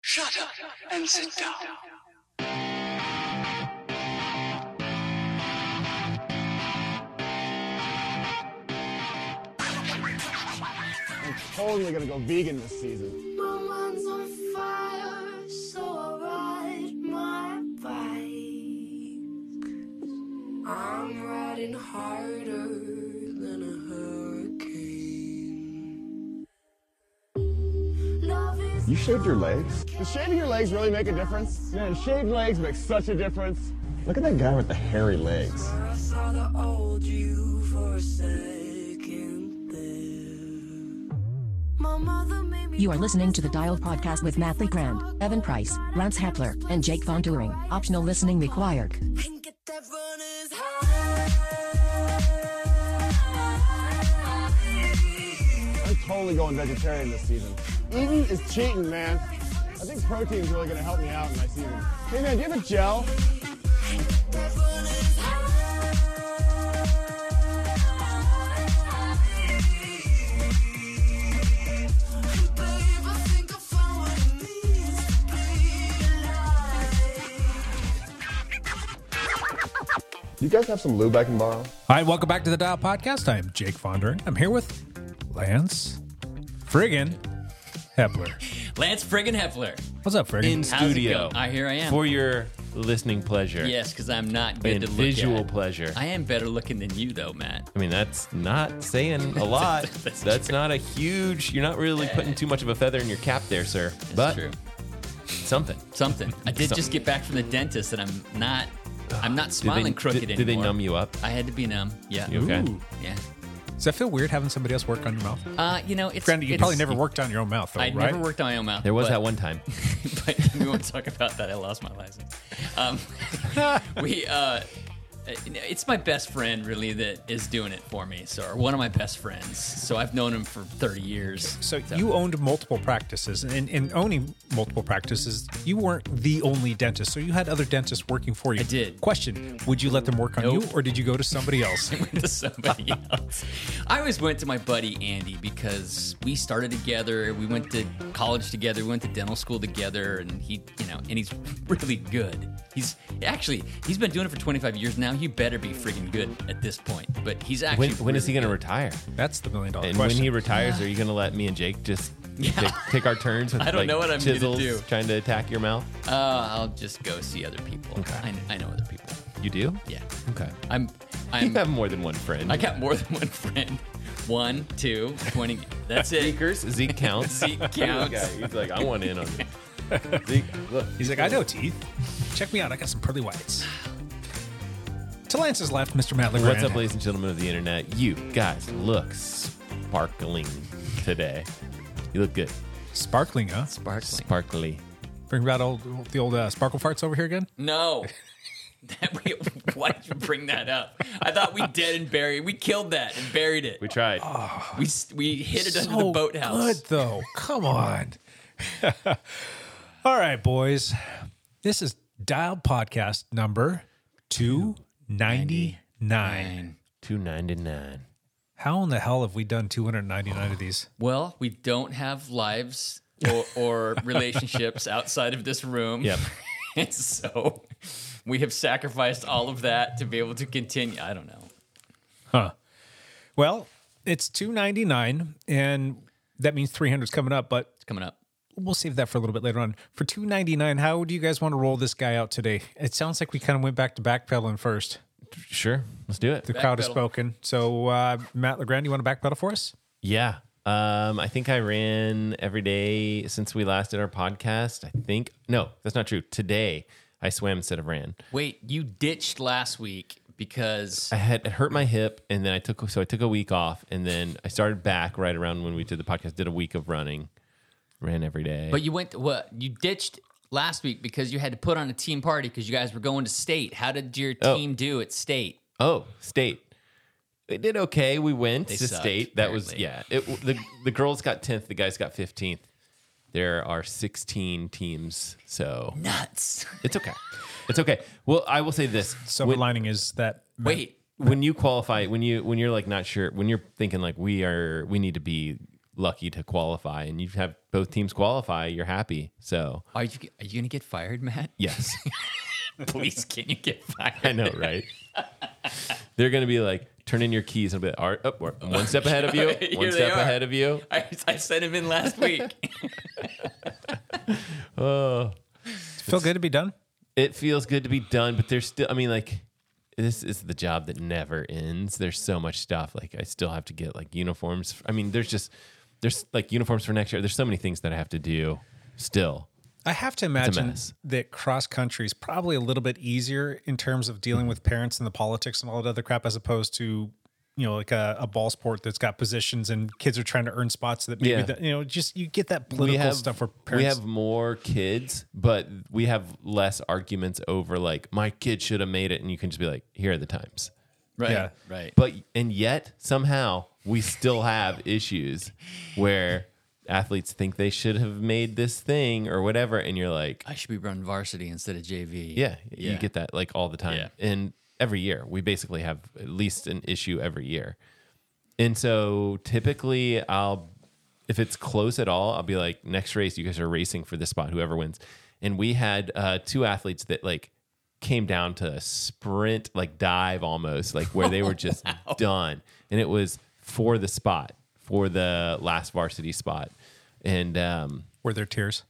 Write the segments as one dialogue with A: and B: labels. A: Shut up and sit down.
B: I'm totally gonna go vegan this season.
C: My mind's on fire, so I ride my bike. I'm riding harder than a hurricane. Love is
D: You shaved your legs?
B: Does shaving your legs really make a difference? Man, shaved legs make such a difference.
D: Look at that guy with the hairy legs.
C: I saw the old you for a second there. My mother made me
E: You are listening to the Dial Podcast with Matt Lee Grand, Evan Price, Lance Hepler, and Jake Von Turing. Optional listening required.
C: and get that runner's high.
B: I'm totally going vegetarian this season. Eating is cheating, man. I think protein's really gonna help me out in my season. Hey man, do you have a gel?
D: You guys have some lube I can borrow?
F: All right, welcome back to the Dial Podcast. I'm Jake Fondering. I'm here with Lance Friggin Hepler.
G: Lance friggin' Heffler.
F: What's up, Friggin?
H: in
G: How's it
H: studio.
G: go? I- here I am.
H: for your listening pleasure.
G: Yes, because I'm not good
H: and
G: to look
H: visual
G: at.
H: pleasure.
G: I
H: I,
G: am better looking than you, though, Matt.
H: mean, that's not saying a lot.
G: That's
H: that's
G: true.
H: not a huge. You're not really putting too much of a feather in your cap there, sir.
G: That's
H: but
G: true.
H: something.
G: Something. I did just
H: Something.
G: get back from the dentist, and I'm not. I'm not smiling
H: did they,
G: crooked
H: did,
G: anymore.
H: did they numb you up?
G: I had to be numb. Yeah.
H: You okay?
F: Ooh.
G: Yeah.
F: Does that feel weird having somebody else work on your mouth?
G: Uh, you know, it's.
F: Granted, you
G: it's-
F: probably never worked on your own mouth, though,
G: I
F: right?
G: never worked on my own mouth.
H: There was
G: but-
H: that one time.
G: but we won't talk about that. I lost my license. Um, we, uh, it's my best friend really that is doing it for me. So, or one of my best friends. So I've known him for 30 years.
F: so you owned multiple practices, and, and owning multiple practices, you weren't the only dentist. So you had other dentists working for you.
G: I did.
F: Question: Would you let them work on you,
G: Nope.
F: or did you go to somebody else?
G: went to somebody else. I always went to my buddy Andy because we started together. We went to college together. We went to dental school together, and he, you know, and he's really good. He's actually he's been doing it for 25 years now. He better be freaking good at this point. But he's actually
H: When, when is he going to retire?
F: That's the million dollar
H: And
F: question.
H: when he retires, are you going to let me and Jake just take, take our turns with
G: I don't
H: like,
G: know what I'm gonna
H: chisels
G: do.
H: trying to attack your mouth?
G: Uh, I'll just go see other people.
H: Okay.
G: I, I know other people.
H: You do?
G: Yeah.
H: Okay.
G: I'm.
H: You
G: I'm.
H: have more than one friend.
G: I got more than one friend. One, two, twenty. That's it.
H: Zekers. Zeke counts.
G: Zeke
H: Look
G: counts.
H: at it. He's like, I want in on it. Zeke, look.
F: He's like, I know teeth. Check me out. I got some pearly whites. To Lance's left, Mr. Matt LeGrand.
H: What's up, ladies and gentlemen of the internet? You guys look sparkling today. You look good.
F: Sparkling, huh?
G: Sparkling.
H: Sparkly.
F: Bring about old the old uh, sparkle farts over here again.
G: No. That we, why did you bring that up? I thought we dead and buried. We killed that and buried it.
H: We tried.
F: Ah.
G: We s- we hit it under the boathouse.
F: Good though. Come on. All right, boys. This is Dialed Podcast number two ninety nine.
G: Fine.
H: 299.
F: How in the hell have we done two hundred ninety nine of these?
G: Well, we don't have lives or, or relationships outside of this room.
H: Yep.
G: and so we have sacrificed all of that to be able to continue. I don't know.
F: Well, it's two ninety nine, and that means three hundred's coming up. But
G: It's coming up.
F: we'll save that for a little bit later on. For two ninety nine, how do you guys want to roll this guy out today? It sounds like we kind of went back to backpedaling first.
H: Sure. Let's do it.
F: The crowd has
G: Backpedal.
F: spoken. So uh, Matt Legrand, you want to backpedal for us?
H: Yeah. Um, I think I ran every day since we last did our podcast. I think, no, that's not true. Today, I swam instead of ran.
G: Wait, you ditched last week because
H: I had it hurt my hip, and then I took so I took a week off, and then I started back right around when we did the podcast. Did a week of running, ran every day.
G: but you went what you ditched last week because you had to put on a team party because you guys were going to state. How did your
H: Oh.
G: team do at state?
H: Oh, state. It did okay. We went
G: They
H: to
G: sucked,
H: state. That was
G: apparently.
H: yeah. It, the the girls got tenth. The guys got fifteenth. There are sixteen teams, so
G: Nuts.
H: it's okay. It's okay. Well, I will say this:
F: Silver
H: when,
F: lining is that
G: Wait,
H: when you qualify, when you when you're like not sure, when you're thinking like we are, we need to be lucky to qualify, and you have both teams qualify, you're happy. So
G: Are you are you gonna get fired, Matt?
H: yes,
G: Please, can you get fired?
H: I know, right? They're gonna be like, turn in your keys. I'll be like, all right, up, we're one step ahead of you,
G: Here
H: one
G: they
H: step
G: are.
H: ahead of you.
G: I, I sent him in last week.
F: Feel good to be done.
H: It feels good to be done, but there's still. I mean, like. This is the job that never ends. There's so much stuff. Like I still have to get like uniforms. I mean, there's just there's like uniforms for next year. There's so many things that I have to do still.
F: I have to imagine
H: mess.
F: that cross country is probably a little bit easier in terms of dealing with parents and the politics and all that other crap, as opposed to you know like a, a ball sport that's got positions and kids are trying to earn spots that maybe
H: Yeah.
F: that, you know just you get that political stuff where
H: we
F: parents
H: have more kids, but we have less arguments over like my kid should have made it, and you can just be like, here are the times.
G: right,
F: Yeah.
G: right.
H: But and yet somehow we still have issues where athletes think they should have made this thing or whatever, and you're like,
G: I should be running varsity instead of JV.
H: yeah,
G: yeah.
H: you get that like all the time.
G: Yeah.
H: And every year, we basically have at least an issue every year. And so typically, I'll, if it's close at all, I'll be like, next race, you guys are racing for this spot, whoever wins. And we had uh, two athletes that like came down to a sprint, like dive almost, like where they were just done. And it was for the spot, for the last varsity spot. And, um,
F: were their tears.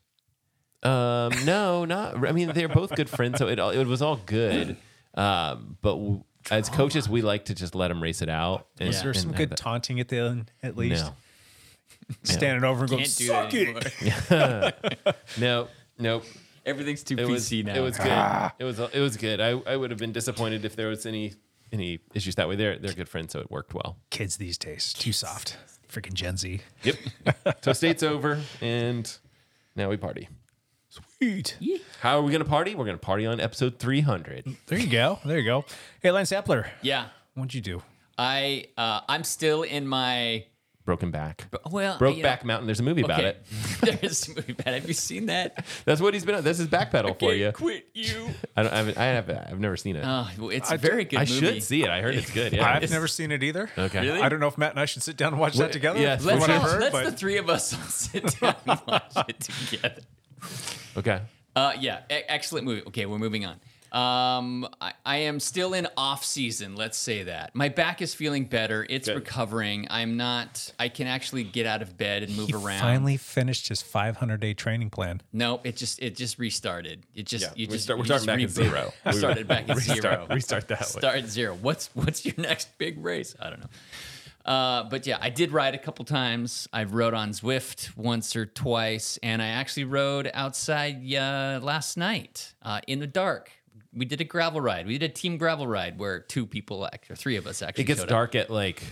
H: um, no, not. I mean, they're both good friends, so it all- it was all good. Um, but w- as coaches, we like to just let them race it out. And,
F: Is there
H: and
F: some
H: have
F: good
H: that-
F: taunting at the end at least?
H: No,
F: Standing over and going,
G: Can't do
F: suck
G: that anymore.
F: it.
H: no, nope.
G: Everything's too
H: It
G: PC
H: was
G: now.
H: it was good. It was it was good. I, I would have been disappointed if there was any any issues that way. They're they're good friends, so it worked well.
F: Kids these days, too soft. Freaking Gen Z.
H: Yep. so state's over, and now we party.
F: Eat.
H: How are we gonna party? We're gonna party on episode three hundred.
F: There you go. There you go. Hey, Lance Epler,
G: Yeah,
F: what'd you do?
G: I uh, I'm still in my
H: Broken back.
G: well you know,
H: Brokeback Mountain. There's a movie about
G: okay.
H: it.
G: There's a movie about it. Have you seen that?
H: That's what he's been on. That's his backpedal for
G: Can't
H: you.
G: Quit you.
H: I don't. I haven't. I have, I've never seen it.
G: Oh, well, it's a very good
H: I
G: movie.
H: should see it. I heard it's good. Yeah.
F: I've never seen it either.
H: okay.
G: Really?
F: I don't know if Matt and I should sit down and watch that together.
H: yes,
F: from
G: Let's,
F: what I've
G: all-
F: heard,
G: let's
F: but
G: the three of us all sit down and watch it together.
H: Okay.
G: Uh, yeah, e- excellent movie. Okay, we're moving on. Um, I, I am still in off season. Let's say that my back is feeling better. It's recovering. I'm not. I can actually get out of bed and move
F: he
G: around.
F: finally finished his 500 day training plan.
G: no, it just it just restarted. It just you
H: we
G: just
H: start-
G: you
H: we're
G: just
H: starting back at
G: reboot.
H: zero.
G: We
H: We-
G: started back at zero.
H: Restart that.
G: Start at zero. What's what's your next big race? I don't know. Uh, but yeah, I did ride a couple times. I've rode on Zwift once or twice, and I actually rode outside uh, last night uh, in the dark. We did a gravel ride. We did a team gravel ride where two people, act- or three of us, actually.
H: It gets
G: showed
H: dark at like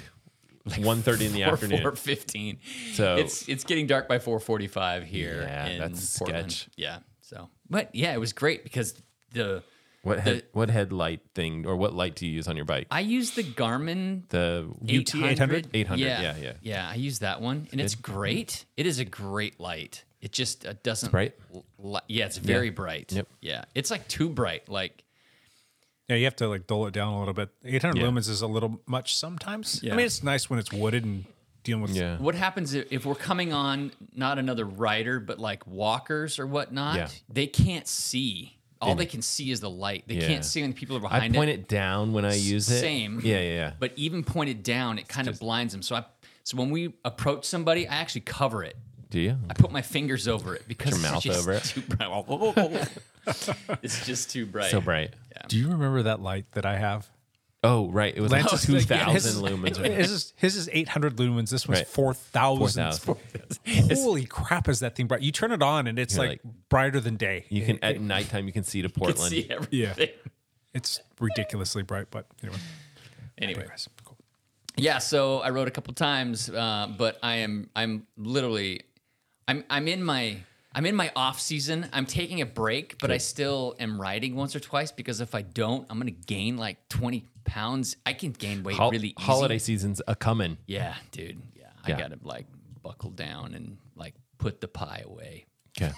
H: 1.30 in the
G: Up.
H: afternoon.
G: Four fifteen.
H: So-
G: it's it's getting dark by four forty five here
H: Yeah,
G: in
H: that's
G: Portland.
H: sketch.
G: Yeah. So, but yeah, it was great because the
H: What head, what headlight thing or what light do you use on your bike?
G: I used the Garmin
H: the
F: UT 800?
H: 800,
G: Yeah.
H: yeah, yeah.
G: I use that one, and it's great. It is a great light. It just uh, doesn't
H: bright?
G: l- li- yeah, it's very bright.
H: Yep.
G: Yeah, it's like too bright. Like
F: Yeah, you have to like dole it down a little bit. 800
H: Yeah.
F: lumens is a little much sometimes. I
G: Yeah.
F: mean, it's nice when it's wooded and dealing with.
H: Yeah.
G: what happens if, if we're coming on not another rider, but like walkers or whatnot?
H: Yeah.
G: They can't see. All they can see is the light. They
H: Yeah.
G: can't see when people are
H: I
G: behind
H: point
G: it.
H: it down when I use it.
G: Same.
H: Yeah, yeah, yeah.
G: But even pointed down, it kind of blinds them. So I. So when we approach somebody, I actually cover it.
H: do you?
G: I put my fingers over it because
H: your
G: it's
H: mouth
G: just
H: over it.
G: too bright. it's just too bright.
H: So bright.
F: Do you remember that light that I have?
H: Oh, right. It was like
F: Lance's-
H: 2,000
F: his-
H: lumens.
F: His is, his is 800 lumens. This one's
H: Right.
F: 4,000.
H: 4,000.
F: Holy crap, is that thing bright? You turn it on and it's
H: You're
F: like,
H: like-
F: brighter than day.
H: You can at nighttime you can see to
G: I could
H: Portland.
G: see everything.
F: It's ridiculously bright, but anyway.
G: Anyway,
F: Anyways, cool.
G: yeah. So I rode a couple times, uh, but I am I'm literally I'm I'm in my I'm in my off season. I'm taking a break, but I still am riding once or twice because if I don't, I'm gonna gain like 20 pounds. I can gain weight
H: Hol-
G: really easy.
H: holiday season's a coming.
G: Yeah, dude. Yeah, I
H: Yeah.
G: gotta like buckle down and like put the pie away.
H: Okay.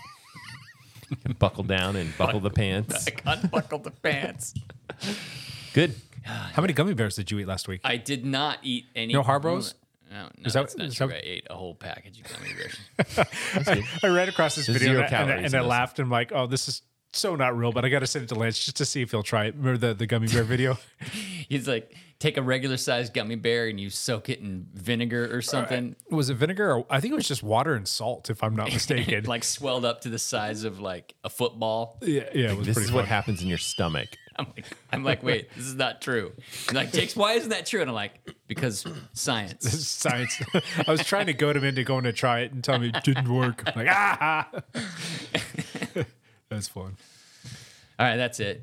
H: buckle down and buckle the pants.
G: Unbuckle the pants.
H: Good.
F: How many gummy bears did you eat last week?
G: I did not eat any.
F: No Harbros?
G: No, No,
F: that-
G: that's not
F: is
G: true.
F: that-
G: I ate a whole package of gummy bears.
F: I read across this
H: There's
F: video
H: zero
F: and I, and I-
H: calories
F: and
H: in
F: I
H: this.
F: laughed and I'm like, oh, this is so not real, but I got to send it to Lance just to see if he'll try it. Remember the, the gummy bear video?
G: He's like, take a regular sized gummy bear and you soak it in vinegar or something.
F: was it vinegar? Or, I think it was just water and salt, if I'm not mistaken.
G: Like swelled up to the size of like a football.
F: yeah, yeah, it was
H: This
F: pretty
H: is
F: fun.
H: what happens in your stomach.
G: I'm like, I'm like, wait, this is not true. He's like, Jakes, why isn't that true? And I'm like, because science.
F: Science. I was trying to goad him into going to try it and tell me it didn't work. I'm like, ah, that's fun.
G: All right, that's it.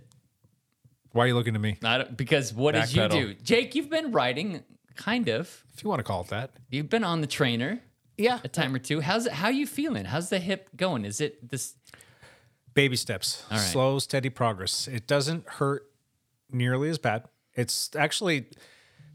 F: Why are you looking at me?
G: I don't, because what did you
H: Backpedal.
G: do, Jake? You've been riding, kind of.
F: If you want to call it that,
G: You've been on the trainer
F: yeah.
G: a time or two. How's it? How you feeling? How's the hip going? Is it this?
F: Baby steps,
G: right.
F: slow, steady progress. It doesn't hurt nearly as bad. It's actually,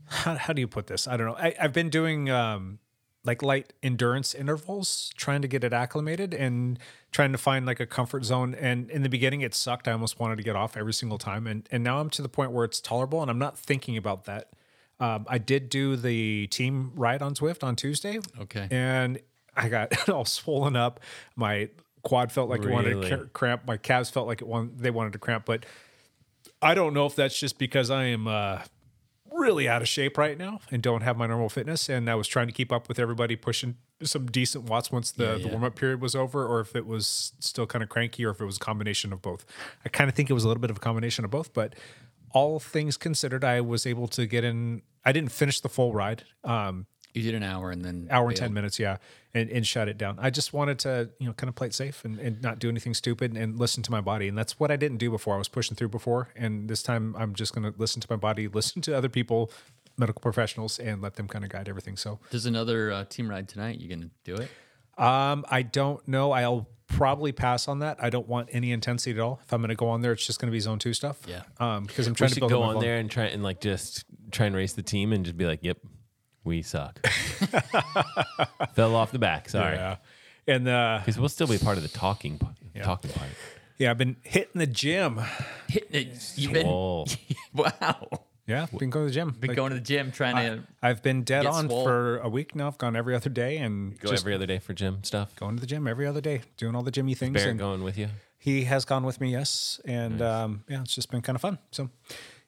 F: how, how do you put this? I don't know. I, I've been doing um, like light endurance intervals, trying to get it acclimated and trying to find like a comfort zone. And in the beginning, it sucked. I almost wanted to get off every single time. And, and now I'm to the point where it's tolerable and I'm not thinking about that. Um, I did do the team ride on Swift on Tuesday.
G: Okay.
F: And I got all swollen up. My quad felt like it wanted to
H: Really?
F: cr- cramp. My calves felt like it wanted, they wanted to cramp. But I don't know if that's just because I am uh, really out of shape right now and don't have my normal fitness. And I was trying to keep up with everybody pushing some decent watts once the, the warm up period was over, or if it was still kind of cranky, or if it was a combination of both. I kind of think it was a little bit of a combination of both, but all things considered, I was able to get in. I didn't finish the full ride. Um,
G: You did an hour and then
F: hour and
G: bailed.
F: 10 minutes yeah and, and shut it down i just wanted to you know kind of play it safe and, and not do anything stupid and listen to my body and that's what i didn't do before i was pushing through before and this time i'm just going to listen to my body listen to other people medical professionals and let them kind of guide everything so
G: There's another uh, team ride tonight. You gonna do it?
F: um, i don't know i'll probably pass on that i don't want any intensity at all if i'm going to go on there it's just going to be zone two stuff
G: Yeah.
F: um because i'm
H: We
F: trying to
H: should
F: build
H: go
F: up my
H: on
F: vol-
H: there and try and like just try and race the team and just be like, "Yep, we suck." Fell off the back. Sorry,
F: yeah and uh
H: because we'll still be part of the talking p- talking part.
F: yeah i've been hitting the gym
G: You've been
H: Oh,
G: wow.
F: yeah been going to the gym
G: Been
F: Like,
G: going to the gym trying to.
F: I've been dead
G: Get
F: on
G: swole.
F: for a week now. I've gone every other day and
H: go
F: just
H: every other day for gym stuff.
F: going to the gym every other day, doing all the Jimmy things.
H: Barrett
F: and
H: going with you.
F: he has gone with me, yes, and um, yeah, it's just been kind of fun. So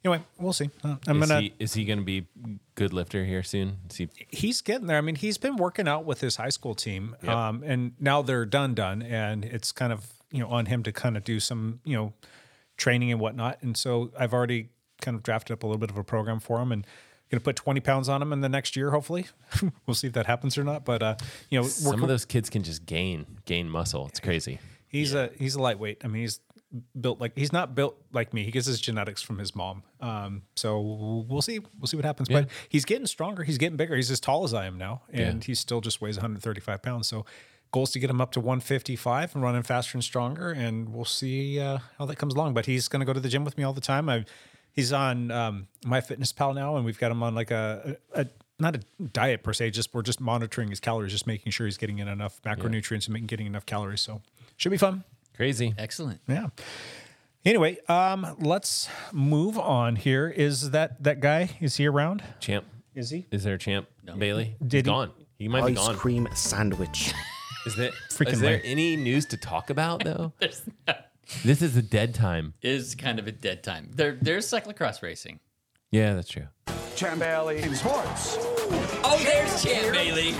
F: anyway, we'll see. Uh, I'm
H: is
F: gonna.
H: he is he gonna be good lifter here soon? Is he
F: he's getting there. I mean, he's been working out with his high school team, um, and now they're done, done, and it's kind of you know on him to kind of do some you know training and whatnot. And so I've already kind of drafted up a little bit of a program for him and. Going to put twenty pounds on him in the next year, hopefully. we'll see if that happens or not. But uh, you know,
H: some of those kids can just gain gain muscle. It's crazy.
F: He's a he's a lightweight. I mean, he's built like he's not built like me. He gets his genetics from his mom. Um, so we'll see we'll see what happens. But he's getting stronger. He's getting bigger. He's as tall as I am now, and he still just weighs 135 pounds. So goals to get him up to 155 and running faster and stronger. And we'll see uh, how that comes along. But he's going to go to the gym with me all the time. I he's on um, my fitness pal now, and we've got him on like a, a, a not a diet per se, just we're just monitoring his calories, just making sure he's getting in enough macronutrients and getting enough calories. So should be fun.
H: Crazy.
G: Excellent.
F: Yeah. Anyway, um, let's move on. Here is that that guy. Is he around?
H: Champ.
F: Is he?
H: Is there a champ? Bailey? Oh, He's
F: Did he-
H: gone. He might be
I: Ice
H: gone.
I: cream sandwich.
H: Is there,
F: Freaking
H: is there
F: lame.
H: any news to talk about though? this is a dead time.
G: It is kind of a dead time. There, there's cyclocross racing.
H: Yeah, that's true.
A: Champ Bailey in sports.
G: Oh, there's Champ Bailey.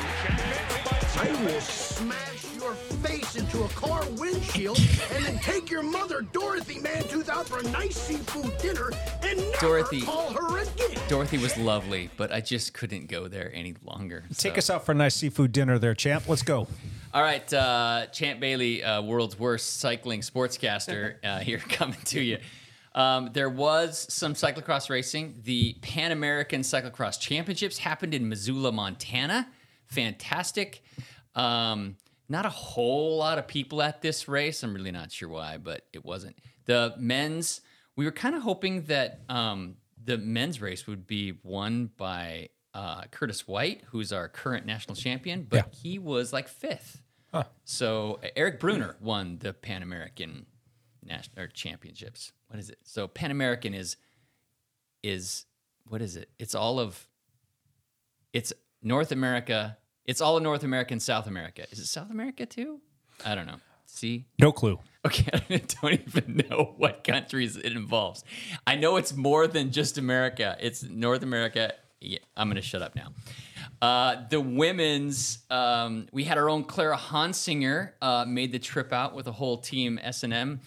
J: I will smash your face into a car windshield and then take your mother, Dorothy Mantooth, out for a nice seafood dinner and never
G: Dorothy.
J: call her again.
G: Dorothy was lovely, but I just couldn't go there any longer.
F: Take
G: so-
F: us out for a nice seafood dinner, there, champ. Let's go.
G: All right, uh, Champ Bailey, uh, world's worst cycling sportscaster, uh, here coming to you. Um, there was some cyclocross racing. The Pan American Cyclocross Championships happened in Missoula, Montana. Fantastic. Um, not a whole lot of people at this race. I'm really not sure why, but it wasn't. The men's, we were kind of hoping that um, the men's race would be won by uh, Curtis White, who's our current national champion, but he was like fifth. So Eric Bruner won the Pan American national or championships. What is it? So Pan American is is what is it? It's all of it's North America. It's all in North America and South America. Is it South America too? I don't know. See?
F: No clue.
G: Okay, I don't even know what countries it involves. I know it's more than just America. It's North America. Yeah, I'm going to shut up now. Uh, the women's, um, we had our own Clara Hansinger uh, made the trip out with a whole team. S and M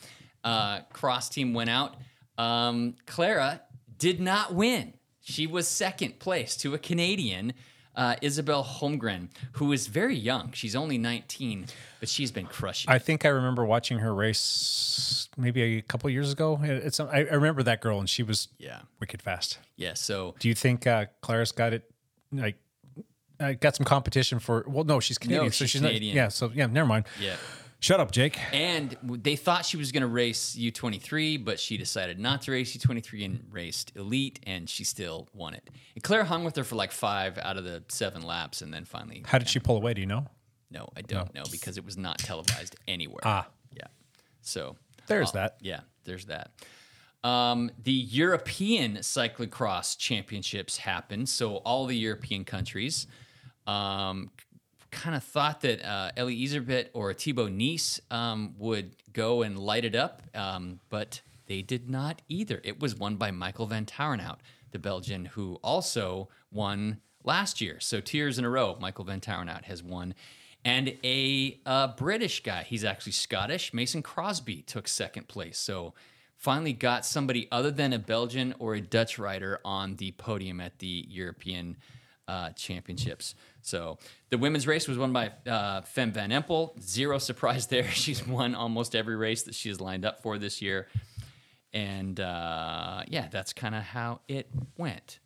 G: uh, cross team went out. Um, Clara did not win. She was second place to a Canadian, uh, Isabel Holmgren, who is very young. She's only 19, but she's been crushing.
F: I think I remember watching her race maybe a couple years ago. It- It's I, I remember that girl and she was
G: Yeah.
F: wicked fast.
G: Yeah, so
F: Do you think uh, Clara's got it? Like, uh, got some competition for? Well, no, she's Canadian, so
G: she's
F: she's
G: Canadian.
F: not. Yeah, so yeah, never mind.
G: Yeah.
F: Shut up, Jake.
G: And w- they thought she was going to race U23, but she decided not to race U23 and raced Elite, and she still won it. And Claire hung with her for like five out of the seven laps, and then finally,
F: How did she pull away? Do you know?
G: no, I don't know because it was not televised anywhere.
F: Ah.
G: Yeah. So uh,
F: There's that.
G: Yeah, there's that. Um, the European Cyclocross Championships happened, so all the European countries. Um, kind of thought that uh, Ellie Ezerbit or Thibaut Nice um, would go and light it up, um, but they did not either. It was won by Michael Van Taurenhout, the Belgian who also won last year. So two years in a row, Michael Van Taurenhout has won. And a uh, British guy, he's actually Scottish, Mason Crosby took second place. So finally got somebody other than a Belgian or a Dutch rider on the podium at the European uh, championships. So the women's race was won by uh, Fem Van Empel. Zero surprise there. She's won almost every race that she has lined up for this year. And uh, yeah, that's kind of how it went.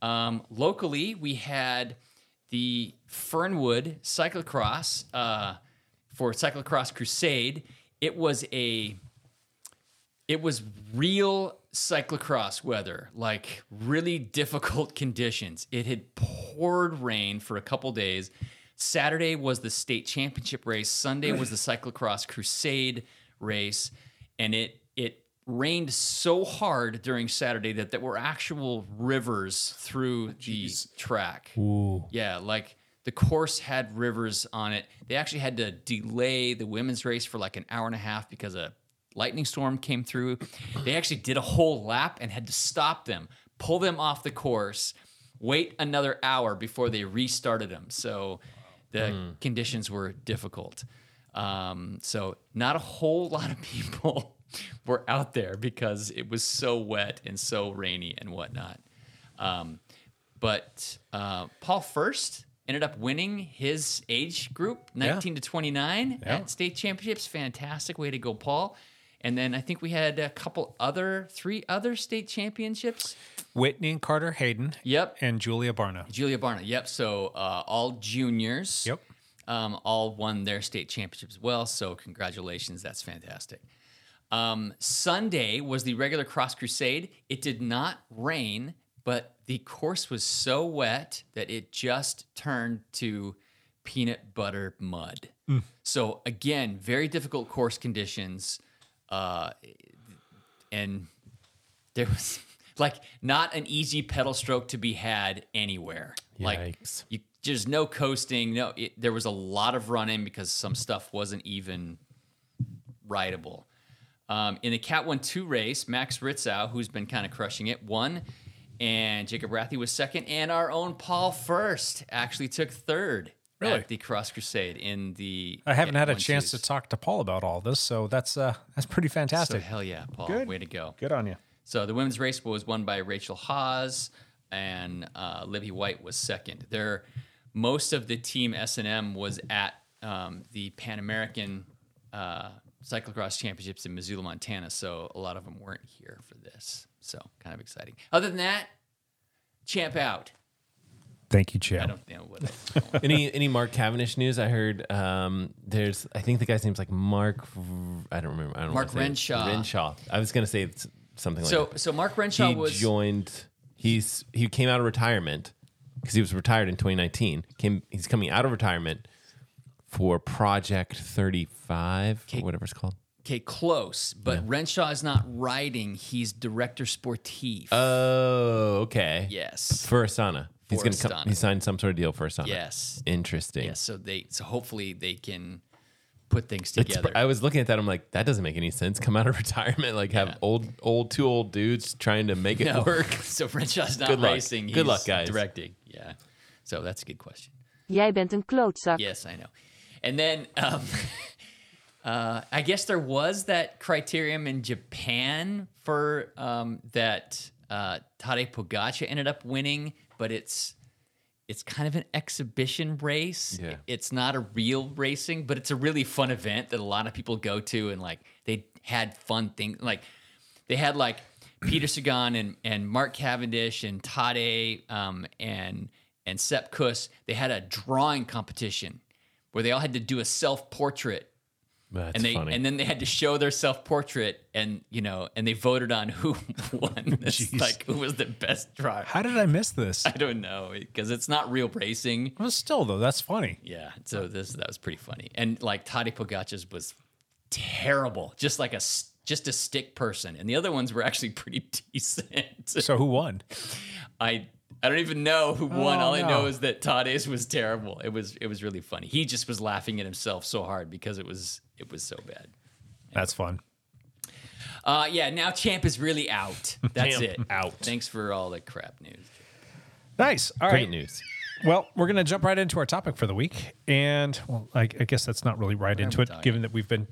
G: Um, locally, we had the Fernwood Cyclocross uh, for Cyclocross Crusade. It was a it was real cyclocross weather, like really difficult conditions. It had poured rain for a couple days. Saturday was the state championship race. Sunday was the cyclocross crusade race, and it it rained so hard during Saturday that there were actual rivers through the track. Yeah, like the course had rivers on it. They actually had to delay the women's race for like an hour and a half because a lightning storm came through. They actually did a whole lap and had to stop them, pull them off the course, wait another hour before they restarted them. So the conditions were difficult. Um, so not a whole lot of people were out there because it was so wet and so rainy and whatnot. Um, but uh, Paul First ended up winning his age group, 19 to 29, at state championships. Fantastic way to go, Paul. And then I think we had a couple other, three other state championships.
F: Whitney and Carter Hayden.
G: Yep.
F: And Julia Barna.
G: Julia Barna. Yep. So uh, all juniors.
F: Yep.
G: Um, all won their state championships as well. So congratulations. That's fantastic. Um, Sunday was the regular Cross Crusade. It did not rain, but the course was so wet that it just turned to peanut butter mud. So again, very difficult course conditions. Uh, and there was like not an easy pedal stroke to be had anywhere. Like
H: Yikes.
G: you, there's no coasting. No, it, there was a lot of running because some stuff wasn't even rideable. Um, in the Cat 1 2 race, Max Ritzow, who's been kind of crushing it, won. And Jacob Rathie was second. And our own Paul First actually took third
F: Really?
G: at the Cross Crusade in the.
F: I haven't
G: Cat
F: had a
G: 1-2s.
F: chance to talk to Paul about all this, so that's uh that's pretty
G: So
F: fantastic.
G: hell yeah, Paul. Way to go.
F: Good on you.
G: So the women's race was won by Rachel Haas, and uh, Libby White was second. There, most of the team S and M was at um, the Pan American uh, Cyclocross Championships in Missoula, Montana. So a lot of them weren't here for this. So kind of exciting. Other than that, champ out.
F: Thank you,
G: I
F: Chad.
G: don't know what. else is going on.
H: any any Mark Cavendish news? I heard um, there's I think the guy's name's like Mark V- I don't remember. I don't
G: Mark
H: wanna say it.
G: Renshaw.
H: Renshaw. I was gonna say it's something like
G: so
H: that.
G: so Mark Renshaw
H: he
G: was
H: joined. He's he came out of retirement because he was retired in 2019. Came he's coming out of retirement for Project 35 or whatever it's called.
G: okay close, but Renshaw is not
H: Uh,
G: riding. He's director sportif.
H: Oh, okay.
G: yes.
H: For Asana. He's going
G: Forrest
H: to come.
G: Sonic.
H: He signed some sort of deal for Sonic.
G: Yes.
H: Interesting.
G: Yeah, so they so hopefully they can put things
H: It's-
G: together.
H: I was looking at that. I'm like, that doesn't make any sense. Come out of retirement, like have old, old, two old dudes trying to make it
G: No.
H: work.
G: So Renshaw's not
H: Good luck.
G: racing.
H: Good luck,
G: he's
H: guys.
G: Directing. Yeah. So that's a good question.
I: Jij bent een klootzak.
G: Yes, I know. And then um, uh, I guess there was that criterium in Japan for um, that uh, Tade Pogacar ended up winning, but it's it's kind of an exhibition race.
H: Yeah.
G: It's not a real racing, but it's a really fun event that a lot of people go to and like they had fun things like they had like Peter Sagan and, and Mark Cavendish and Tade um, and and Sepp Kuss. They had a drawing competition where they all had to do a self portrait
H: That's
G: and they
H: funny.
G: and then they had to show their self portrait and you know and they voted on who won this,
F: Jeez.
G: like who was the best driver.
F: How did I miss this?
G: I don't know because it's not real racing.
F: Well, still though, that's funny.
G: Yeah, so this that was pretty funny, and like Toddy Pogacar's was terrible, just like a s- just a stick person, and the other ones were actually pretty decent.
F: So who won?
G: I I don't even know who won.
F: Oh,
G: All I know
F: no.
G: is that Tade's was terrible. It was it was really funny. He just was laughing at himself so hard because it was it was so bad.
F: That's fun.
G: Uh, yeah, now Champ is really out. That's it.
H: out.
G: Thanks for all the crap news.
F: Nice. All right.
H: Great news.
F: Well, we're going to jump right into our topic for the week. And well, I, I guess that's not really right into it, given that we've been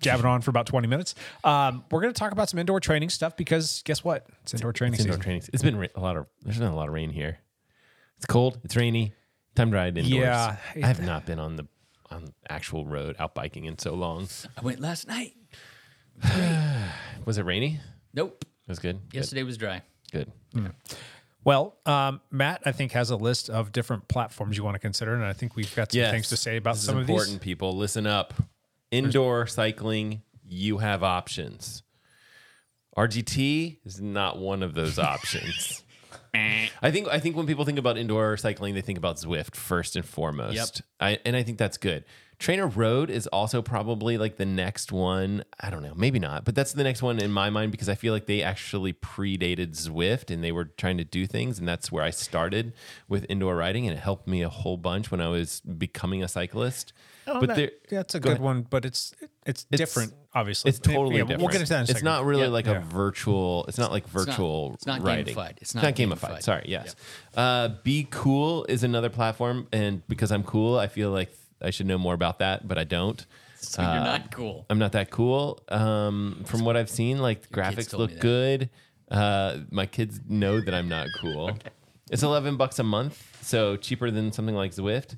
F: jabbing on for about 20 minutes. Um, we're going to talk about some indoor training stuff because guess what? It's indoor training
H: It's indoor
F: season.
H: training. It's been ra- a lot of. There's been a lot of rain here. It's cold. It's rainy. Time to ride indoors.
F: Yeah.
H: I have not been on the on the actual road out biking in so long.
G: I went last night.
H: Was it rainy?
G: Nope.
H: It was good. Good.
G: Yesterday was dry.
H: Good.
F: Well, um, Matt, I think, has a list of different platforms you want to consider. And I think we've got some
H: Yes.
F: things to say about
H: This is
F: some of these.
H: important people. Listen up. Indoor cycling, you have options. RGT is not one of those options. I think I think when people think about indoor cycling, they think about Zwift first and foremost.
G: Yep.
H: I, and I think that's good. Trainer Road is also probably like the next one. I don't know, maybe not, but that's the next one in my mind because I feel like they actually predated Zwift and they were trying to do things, and that's where I started with indoor riding, and it helped me a whole bunch when I was becoming a cyclist. but
F: Oh, that-
H: there-
F: that's a
H: go
F: good
H: ahead.
F: one, but it's it's, different, obviously.
H: It's totally
F: Yeah,
H: different.
F: We'll get into that in a
H: It's
F: second.
H: not really
F: Yeah.
H: like
F: Yeah.
H: a virtual. It's not like virtual
G: it's not
H: writing.
G: gamified. It's
H: It's
G: not
H: not gamified.
G: gamified.
H: Sorry. Yes. Uh, Be cool is another platform, and because I'm cool, I feel like I should know more about that, but I don't.
G: So you're
H: Uh,
G: not cool.
H: I'm not that cool. Um, from what I've seen, like the
G: kids
H: graphics
G: told me
H: look
G: that.
H: good. Uh, my kids know that I'm not cool. It's 11 bucks a month, so cheaper than something like Zwift.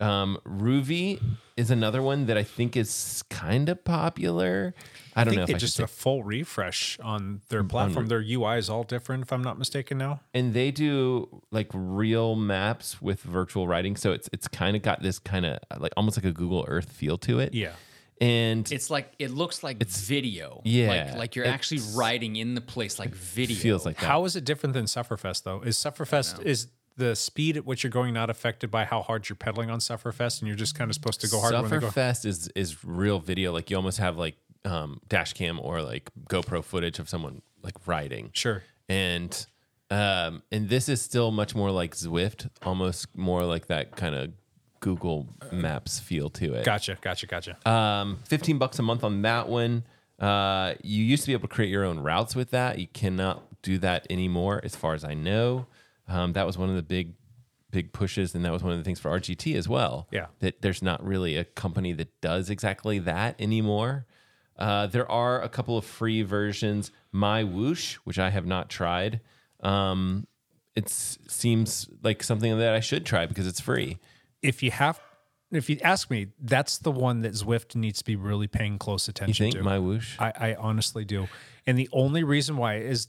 H: Um, Ruby is another one that I think is kind of popular. I
F: I
H: don't
F: think
H: know if
F: they
H: I should
F: just
H: say Mm,
F: a full refresh on their platform. Their UI is all different, if I'm not mistaken. Now,
H: and they do like real maps with virtual writing so it's it's kind of got this kind of like almost like a google earth feel to it
F: Yeah.
H: and it
G: It's like it looks like video.
H: Yeah,
G: like, like you're actually
H: it's-
G: riding in the place like video.
H: feels like that.
F: how is it different than Sufferfest though? Is Sufferfest is the speed at which you're going not affected by how hard you're pedaling on Sufferfest, and you're just kind of supposed to go hard when they go.
H: sufferfest is is real video like you almost have like um dash cam or like gopro footage of someone like riding
F: Sure.
H: and um and this is still much more like zwift almost more like that kind of google maps feel to it
F: Gotcha, gotcha, gotcha.
H: Um, 15 bucks a month on that one. Uh, you used to be able to create your own routes with that. You cannot do that anymore, as far as I know. Um, that was one of the big, big pushes, and that was one of the things for RGT as well.
F: Yeah.
H: that there's not really a company that does exactly that anymore. Uh, there are a couple of free versions. My Whoosh, which I have not tried. Um, it seems like something that I should try because it's free.
F: if you have, if you ask me, that's the one that Zwift needs to be really paying close
H: You
F: attention
H: think
F: to.
H: My Whoosh?
F: I, I honestly do. And the only reason why is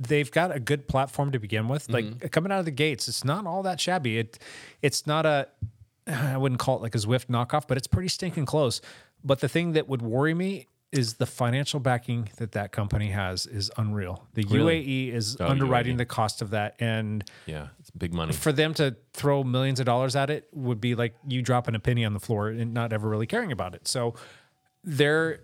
F: they've got a good platform to begin with. Like coming out of the gates, it's not all that shabby. It it's not a I wouldn't call it like a Zwift knockoff, but it's pretty stinking close. But the thing that would worry me is the financial backing that that company has is unreal. The UAE is underwriting the cost of that and
H: yeah, it's big money.
F: for them to throw millions of dollars at it would be like you dropping a penny on the floor and not ever really caring about it. So they're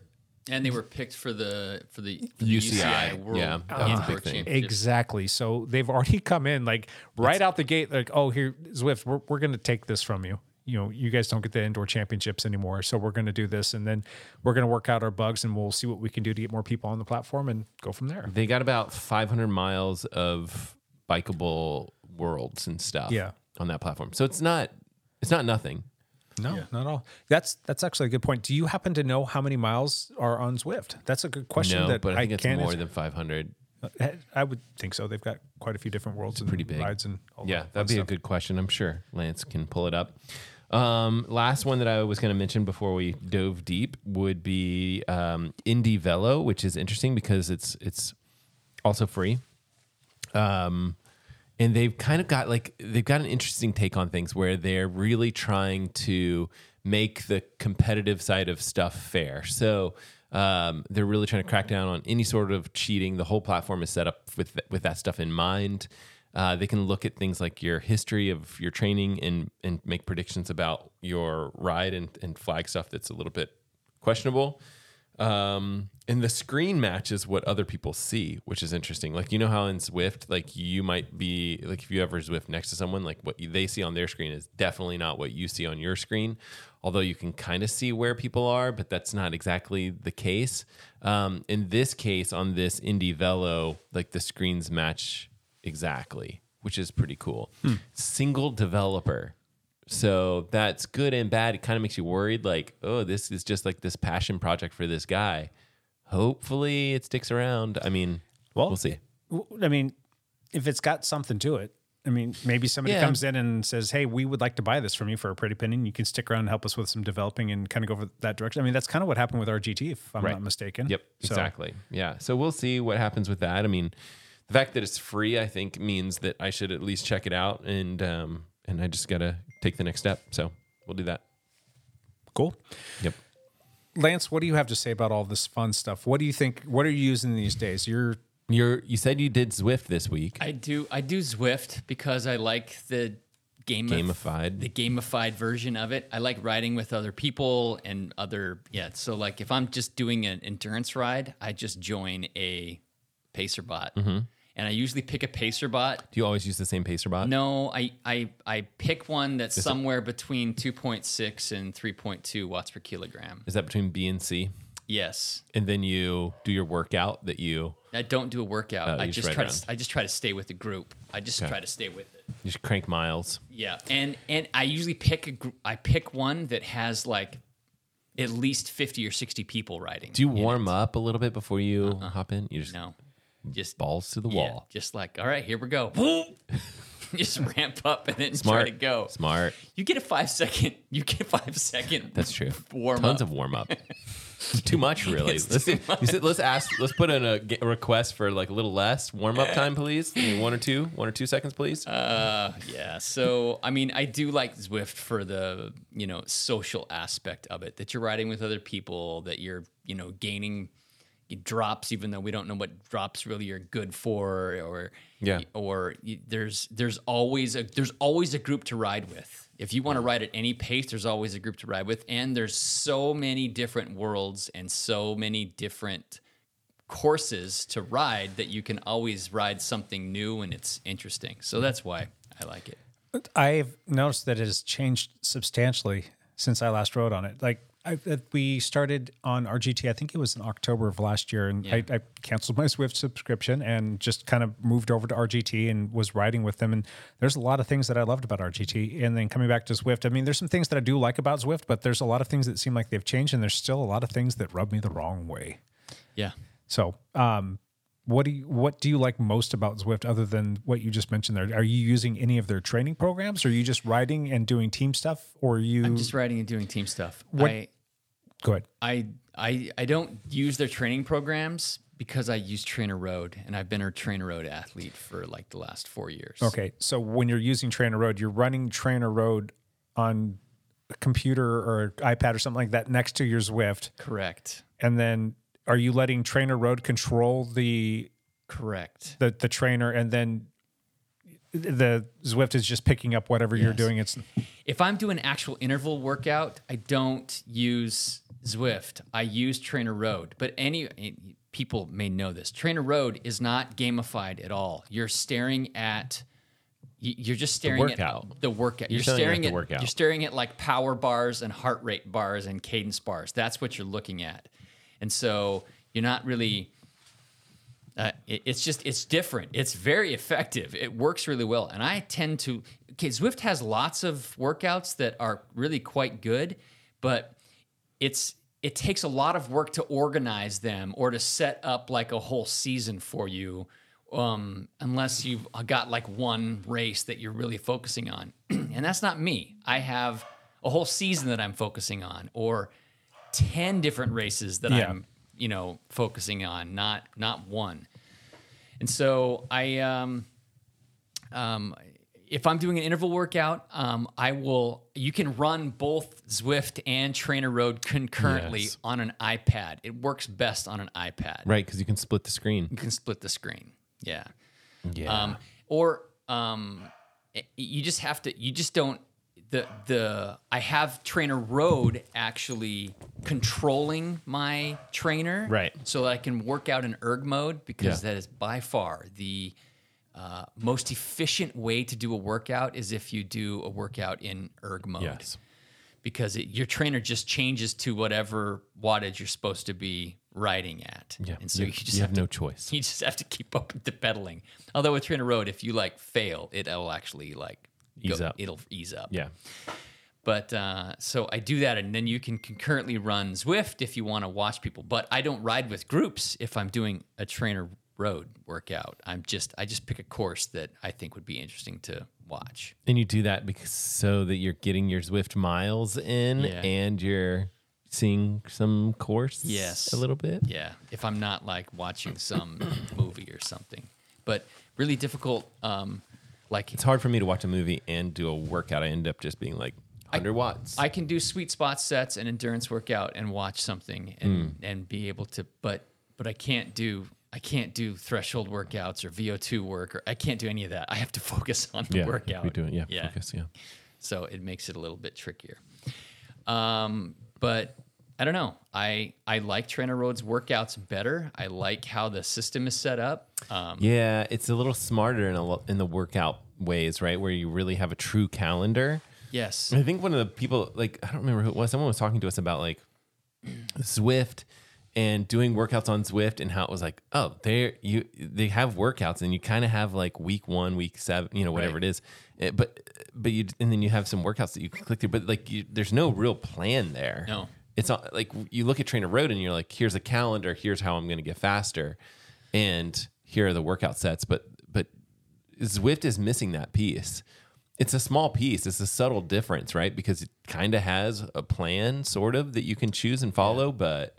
G: And they were picked for the for the, for the
H: UCI,
G: UCI, World
H: yeah, that's a
G: Indoor
H: big thing.
G: Championship.
F: Exactly. So they've already come in like right out the gate, like, oh, here, Zwift, we're, we're going to take this from you. You know, you guys don't get the indoor championships anymore. So we're going to do this. And then we're going to work out our bugs and we'll see what we can do to get more people on the platform and go from there.
H: They got about 500 miles of bikeable worlds and stuff
F: Yeah.
H: on that platform. So it's not it's not nothing.
F: No, not at all. That's that's actually a good point. Do you happen to know how many miles are on Zwift? That's a good question.
H: No,
F: that
H: but I think it's
F: can't
H: more
F: answer. Uh,
H: than 500.
F: I would think so. They've got quite a few different worlds and
H: pretty big.
F: rides and all
H: yeah,
F: that
H: that'd
F: fun
H: be
F: stuff.
H: a good question. I'm sure Lance can pull it up. Um, last one that I was going to mention before we dove deep would be um, Indie Velo, which is interesting because it's it's also free. Um, and they've kind of got like they've got an interesting take on things where they're really trying to make the competitive side of stuff fair. So um, they're really trying to crack down on any sort of cheating. The whole platform is set up with with that stuff in mind. Uh, they can look at things like your history of your training and and make predictions about your ride and, and flag stuff that's a little bit questionable. Um, and the screen matches what other people see, which is interesting. Like you know how in Zwift, like you might be like if you ever Zwift next to someone, like what they see on their screen is definitely not what you see on your screen. Although you can kind of see where people are, but that's not exactly the case. Um, in this case, on this Indie Velo, like the screens match exactly, which is pretty cool. Single developer. So that's good and bad. It kind of makes you worried, like, oh, this is just like this passion project for this guy. Hopefully, it sticks around. I mean,
F: Well,
H: we'll see.
F: w- I mean, if it's got something to it, I mean, maybe somebody
H: Yeah.
F: comes in and says, "Hey, we would like to buy this from you for a pretty penny. and You can stick around and help us with some developing and kind of go for that direction." I mean, that's kind of what happened with RGT, if I'm
H: Right.
F: not mistaken.
H: Yep,
F: So,
H: exactly. Yeah. So we'll see what happens with that. I mean, the fact that it's free, I think, means that I should at least check it out, and um, and I just gotta take the next step. So we'll do that.
F: Cool.
H: Yep.
F: Lance, what do you have to say about all this fun stuff? What do you think? What are you using these days? You're
H: You're you said you did Zwift this week.
G: I do I do Zwift because I like the game
H: Gamified.
G: the gamified version of it. I like riding with other people and other yeah. So like if I'm just doing an endurance ride, I just join a pacer bot,
H: Mm-hmm.
G: and I usually pick a pacer bot.
H: do you always use the same pacer bot?
G: No, I I I pick one that's somewhere between 2.6 and 3.2 watts per kilogram.
H: Is that between B and C?
G: Yes.
H: And then you do your workout that you
G: I don't do a workout.
H: Oh,
G: I
H: you just
G: just
H: ride
G: try
H: around.
G: to I just try to stay with the group. I just try to stay with it.
H: you just crank miles.
G: Yeah, and and I usually pick a gr- I pick one that has like at least fifty or sixty people riding.
H: Do you Uh-uh. warm up a little bit before you hop in? You just
G: no, just
H: balls to the
G: yeah,
H: wall.
G: just like all right, here we go. just ramp up and then
H: Smart.
G: try to go.
H: Smart.
G: You get a five second. You get a five second.
H: That's true.
G: Warm
H: Tons
G: up.
H: of warm up. too much, really.
G: It's
H: let's,
G: too
H: you said- let's ask. Let's put in a ge- request for like a little less warm up time, please. Maybe one or two, one or two seconds, please.
G: Yeah. So I mean, I do like Zwift for the you know social aspect of it that you're riding with other people, that you're you know gaining drops, even though we don't know what drops really are good for, or
H: Yeah.
G: or y- there's there's always a there's always a group to ride with. If you want to ride at any pace, there's always a group to ride with, and there's so many different worlds and so many different courses to ride that you can always ride something new and it's interesting. So that's why I like it.
F: I've noticed that it has changed substantially since I last rode on it. Like I, that we started on RGT, I think it was in October of last year, and I, I canceled my Swift subscription and just kind of moved over to RGT and was riding with them. And there's a lot of things that I loved about RGT. And then coming back to Swift, I mean, there's some things that I do like about Swift, but there's a lot of things that seem like they've changed, and there's still a lot of things that rub me the wrong way.
G: Yeah.
F: So, um, what do you, what do you like most about Zwift other than what you just mentioned there? Are you using any of their training programs? Are you just riding and doing team stuff, or are you
G: I'm just riding and doing team stuff. I,
F: go ahead?
G: I I I don't use their training programs because I use Trainer Road and I've been a Trainer Road athlete for like the last four years.
F: Okay, so when you're using Trainer Road, you're running Trainer Road on a computer or iPad or something like that next to your Zwift,
G: Correct.
F: and then are you letting Trainer Road control the
G: Correct.
F: the, the trainer, and then the Zwift is just picking up whatever you're doing? It's
G: If I'm doing actual interval workout, I don't use Zwift. I use Trainer Road, but any people may know this. Trainer Road is not gamified at all. You're staring at y- you're just staring
H: workout.
G: at the workout.
H: You're
G: You're,
H: staring at
G: staring
H: the
G: at
H: workout.
G: You're staring at like power bars and heart rate bars and cadence bars. That's what you're looking at, and so you're not really. Uh, it- it's just it's different. It's very effective. It works really well, and I tend to. Okay, Zwift has lots of workouts that are really quite good, but it's it takes a lot of work to organize them or to set up like a whole season for you um, unless you've got like one race that you're really focusing on and that's not me i have a whole season that i'm focusing on or 10 different races that
F: Yeah.
G: i'm you know focusing on not not one and so i um, um, if I'm doing an interval workout, um, I will. You can run both Zwift and Trainer Road concurrently
H: Yes.
G: on an iPad. It works best on an iPad.
H: Right, because you can split the screen.
G: You can split the screen. Yeah.
H: Yeah.
G: Um, or um, it- you just have to. You just don't. The the I have Trainer Road actually controlling my trainer,
H: Right.
G: So that I can work out in erg mode because
H: Yeah.
G: that is by far the uh, most efficient way to do a workout is if you do a workout in erg mode
H: yes.
G: because it, your trainer just changes to whatever wattage you're supposed to be riding at.
H: Yeah.
G: And so
H: You-
G: you, just
H: you have
G: to-
H: no choice.
G: You just have to keep up with the pedaling. Although with Trainer Road, if you like fail, it'll actually like
H: Ease up.
G: It'll ease up.
H: Yeah.
G: But uh, so I do that, and then you can concurrently run Zwift if you want to watch people. But I don't ride with groups if I'm doing a Trainer Road workout. I'm just I just pick a course that I think would be interesting to watch.
H: And you do that because so that you're getting your Zwift miles in
G: Yeah.
H: and you're seeing some course
G: Yes.
H: a little bit.
G: Yeah, if I'm not like watching some movie or something, but really difficult. Um, like
H: It's hard for me to watch a movie and do a workout. I end up just being like 100 watts.
G: I can do sweet spot sets and endurance workout and watch something and
H: Hmm.
G: and be able to, but but I can't do I can't do threshold workouts or VO2 work or I can't do any of that. I have to focus on the
H: yeah,
G: workout.
H: We do it. Yeah,
G: yeah.
H: Focus, yeah.
G: so it makes it a little bit trickier. Um, but I don't know. I I like Trainer Road's workouts better. I like how the system is set up. Um,
H: Yeah, it's a little smarter in a lo- in the workout ways, right? Where you really have a true calendar.
G: yes.
H: I think one of the people, like I don't remember who it was, someone was talking to us about like Zwift and doing workouts on Zwift and how it was like, oh, they you they have workouts and you kind of have like week one, week seven, you know, whatever
G: Right.
H: it is, Eh, but but you and then you have some workouts that you can click through, but like you, there's no real plan there.
G: No.
H: it's not like you look at Trainer Road and you're like, here's a calendar, here's how I'm going to get faster, and here are the workout sets, but but Zwift is missing that piece. It's a small piece. It's a subtle difference, right? Because it kind of has a plan, sort of, that you can choose and follow, but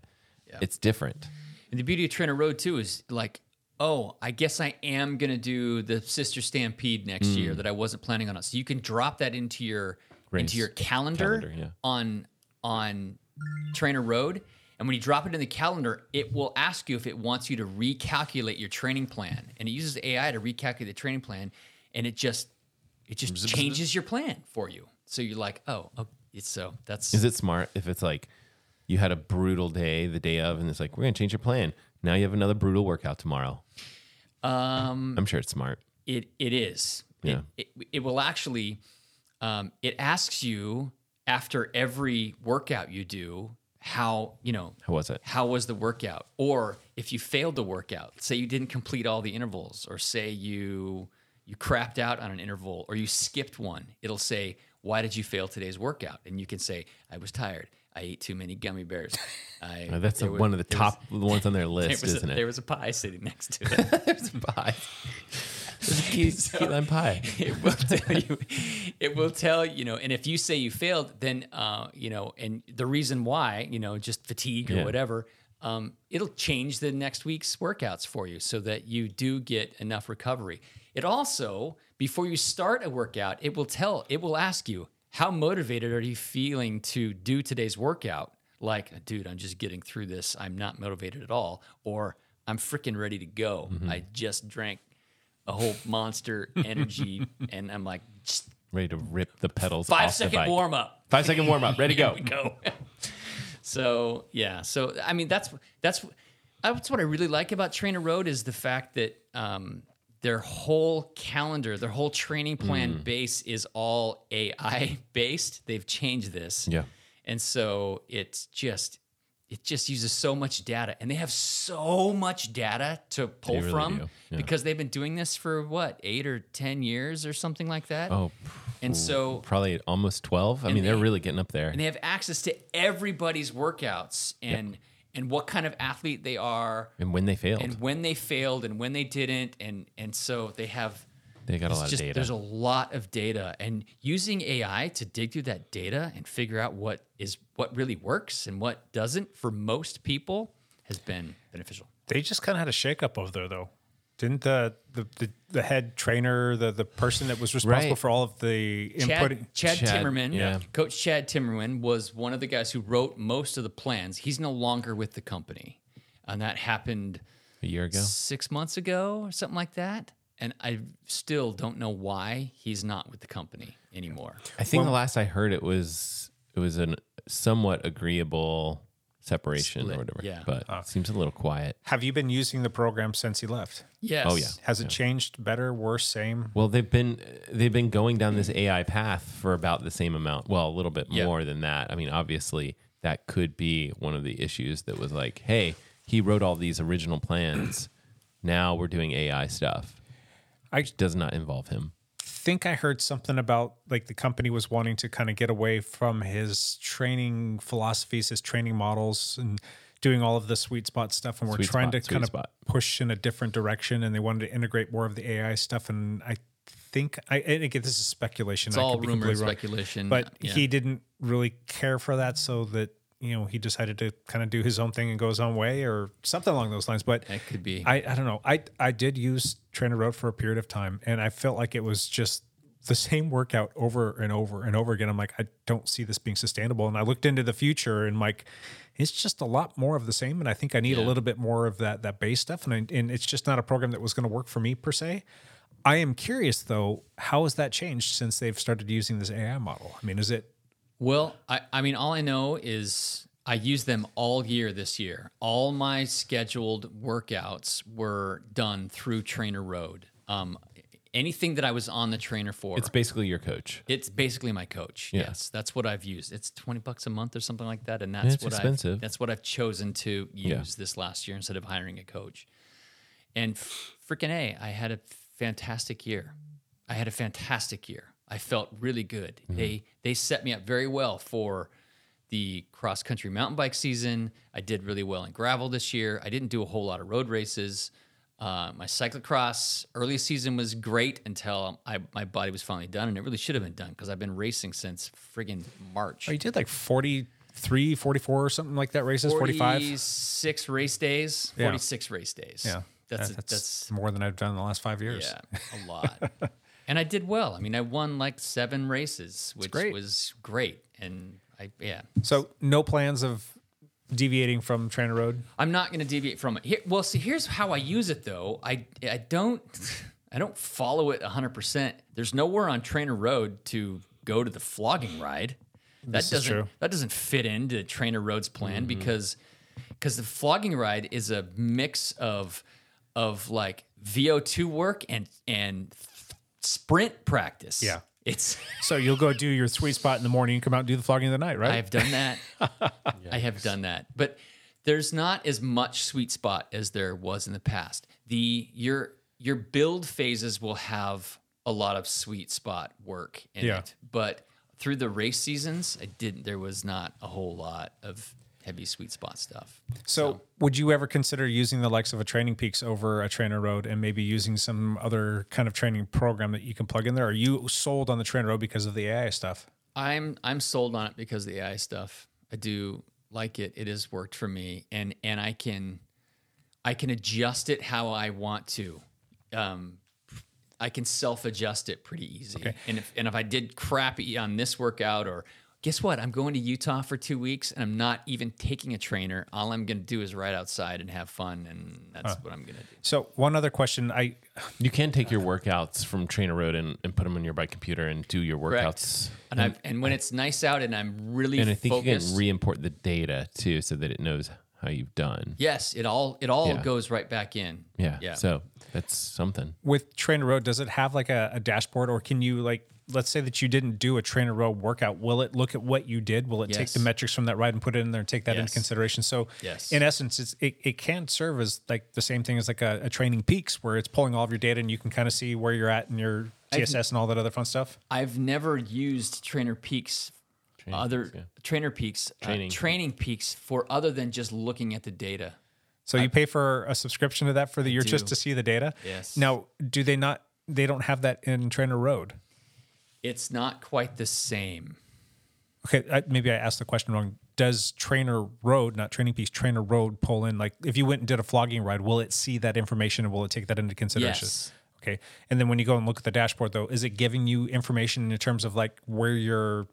H: it's different.
G: And the beauty of Trainer Road too is like, oh, I guess I am gonna do the Sister Stampede next year that I wasn't planning on. So you can drop that into your
H: Mm. Race.
G: into your calendar,
H: Calendar, yeah.
G: on on Trainer Road. And when you drop it in the calendar, it will ask you if it wants you to recalculate your training plan. And it uses AI to recalculate the training plan, and it just it just changes your plan for you. So you're like, oh, oh it's so that's
H: Is it smart if it's like you had a brutal day the day of, and it's like, we're going to change your plan. Now you have another brutal workout tomorrow. Um, I'm sure it's smart.
G: It it is. It-
H: Yeah.
G: It, it, will actually. Um, it asks you after every workout you do how you know
H: How was it?
G: how was the workout or if you failed the workout say you didn't complete all the intervals or say you you crapped out on an interval or you skipped one it'll say why did you fail today's workout and you can say i was tired i ate too many gummy bears I,
H: Now, Uh, that's
G: there
H: a,
G: wa-
H: one of the
G: there was-
H: top ones on their
G: there
H: list,
G: was a-
H: isn't
G: there
H: it?
G: was a pie sitting next to it
H: There's pie. There's a key, key lime pie.
G: it will tell you it will tell you know and if you say you failed then uh you know and the reason why you know just fatigue or
H: Yeah.
G: whatever um it'll change the next week's workouts for you so that you do get enough recovery it also before you start a workout it will tell it will ask you how motivated are you feeling to do today's workout like dude i'm just getting through this i'm not motivated at all or i'm freaking ready to go i just drank a whole monster energy, and I'm like, just
H: Ready to rip the pedals
G: five
H: off the
G: second
H: bike.
G: warm up.
H: Five second warm up. Ready to go.
G: Go. So yeah, so I mean that's that's that's what I really like about Trainer Road is the fact that um, their whole calendar, their whole training
H: Mm.
G: plan base is all AI based. They've changed this,
H: Yeah.
G: and so it's just it just uses so much data, and they have so much data to pull
H: really
G: from
H: do, yeah.
G: because they've been doing this for what eight or ten years or something like that.
H: Oh,
G: and so
H: probably almost 12. I mean, they're really getting up there.
G: and they have access to everybody's workouts and and what kind of athlete they are
H: And when they failed,
G: and when they failed and when they didn't and and so they have
H: they got a
G: it's
H: lot
G: just-
H: of data.
G: there's a lot of data and using AI to dig through that data and figure out what is what really works and what doesn't for most people has been beneficial.
F: They just kind of had a shakeup over there, though. Didn't the the, the, the head trainer, the, the person that was responsible
H: Right.
F: for all of the input?
G: Chad, Chad,
H: Chad,
G: Timmerman,
H: yeah.
G: Coach Chad Timmerman was one of the guys who wrote most of the plans. He's no longer with the company. And that happened
H: a year ago.
G: six months ago or something like that. And I still don't know why he's not with the company anymore.
H: I think the last I heard it was it was a somewhat agreeable separation or whatever.
G: yeah.
H: But it seems a little quiet.
F: Have you been using the program since he left?
G: Yes.
H: Oh, yeah.
F: Has it changed? Better? Worse? Same?
H: Well, they've been they've been going down this AI path for about the same amount. Well, a little bit
G: Yeah.
H: more than that. I mean, obviously, that could be one of the issues that was like, hey, he wrote all these original plans. now we're doing AI stuff.
F: I-
H: which does not involve him.
F: think I heard something about like the company was wanting to kind of get away from his training philosophies, his training models, and doing all of the sweet spot stuff. And we're
H: Sweet
F: trying
H: spot,
F: to
H: sweet
F: kind of
H: spot.
F: push in a different direction. And they wanted to integrate more of the AI stuff. And I think I and again, this is speculation.
G: It's
F: I could
G: all
F: be
G: rumor and
F: completely wrong.
G: speculation.
F: But
G: Yeah.
F: he didn't really care for that, so that you know he decided to kind of do his own thing and go his own way or something along those lines. But
G: That could be.
F: I, I don't know. I I did use Trainer Road for a period of time, and I felt like it was just the same workout over and over and over again. I'm like, I don't see this being sustainable. And I looked into the future, and like, it's just a lot more of the same. And I think I need a little bit more of that that base stuff. And I, and it's just not a program that was going to work for me per se. I am curious though, how has that changed since they've started using this AI model? I mean, is it
G: Well, I, I mean, all I know is I used them all year this year. All my scheduled workouts were done through Trainer Road. Um, anything that I was on the trainer for,
H: It's basically your coach.
G: It's basically my coach.
H: Yeah.
G: Yes, that's what I've used. It's twenty bucks a month or something like that, and that's
H: it's
G: what I've,
H: expensive.
G: that's what I've chosen to use this last year instead of hiring a coach. And freaking a, I had a fantastic year. I had a fantastic year. I felt really good.
H: Mm-hmm.
G: They they set me up very well for the cross country mountain bike season. I did really well in gravel this year. I didn't do a whole lot of road races. Uh, my cyclocross early season was great until I, my body was finally done, and it really should have been done because I've been racing since friggin' March.
F: Oh, you did like 43, 44 or something like that races, 45?
G: 46 race days,
F: Yeah.
G: 46 race days.
F: Yeah.
G: That's,
F: Yeah,
G: that's, that's
F: more than I've done in the last five years.
G: yeah, a lot. and I did well. I mean, I won like seven races, which
F: great.
G: was great. And I, yeah,
F: So no plans of deviating from Trainer Road.
G: I'm not going to deviate from it. Here, well, see, here's how I use it though. I I don't I don't follow it 100%. There's nowhere on Trainer Road to go to the flogging ride. That
F: is
G: doesn't
F: true. Mm-hmm.
G: that doesn't fit into Trainer Road's plan because because the flogging ride is a mix of of like VO2 work and and sprint practice.
F: Yeah.
G: It's
F: So you'll go do your sweet spot in the morning, you come out and do the flogging of the night, right?
G: I have done that. I have done that. But there's not as much sweet spot as there was in the past. The your your build phases will have a lot of sweet spot work in
F: Yeah.
G: it. But through the race seasons, I didn't there was not a whole lot of heavy sweet spot stuff.
F: so, would you ever consider using the likes of a Training Peaks over a Trainer Road and maybe using some other kind of training program that you can plug in there? Are you sold on the Trainer Road because of the AI stuff?
G: I'm I'm sold on it because of the AI stuff. I do like it. It has worked for me, and and I can I can adjust it how I want to. Um, I can self adjust it pretty easy. And if and if I did crappy on this workout or guess what? I'm going to Utah for two weeks and I'm not even taking a trainer. All I'm going to do is ride outside and have fun. And that's what I'm going to do.
F: So one other question, I
H: You can take your workouts from Trainer Road and, and put them on your bike computer and do your
G: Correct.
H: workouts.
G: And, I'm, and when it's nice out and I'm really
H: And I think
G: focused,
H: you can re import the data too so that it knows how you've done.
G: yes, it all it all
H: Yeah.
G: goes right back in.
H: Yeah.
G: yeah.
H: So that's something.
F: with Trainer Road, does it have like a, a dashboard or can you like let's say that you didn't do a Trainer Road workout, will it look at what you did? Will it take
G: Yes.
F: the metrics from that ride and put it in there and take that into
G: Yes.
F: consideration? So
G: Yes.
F: in essence it's it, it can serve as like the same thing as like a, a training peaks where it's pulling all of your data and you can kind of see where you're at in your TSS and all that other fun stuff.
G: I've never used Trainer Peaks, other
H: Peaks, yeah.
G: Trainer Peaks, training.
H: Training.
G: training Peaks for other than just looking at the data.
F: So you pay for a subscription to that for the year just
G: do.
F: to see the data.
G: Yes.
F: Now, do they not? They don't have that in Trainer Road.
G: It's not quite the same.
F: Okay, I, maybe I asked the question wrong. Does Trainer Road, not Training Piece, Trainer Road pull in? Like, if you went and did a flogging ride, will it see that information and will it take that into consideration?
G: Yes.
F: Okay. And then when you go and look at the dashboard, though, is it giving you information in terms of like where your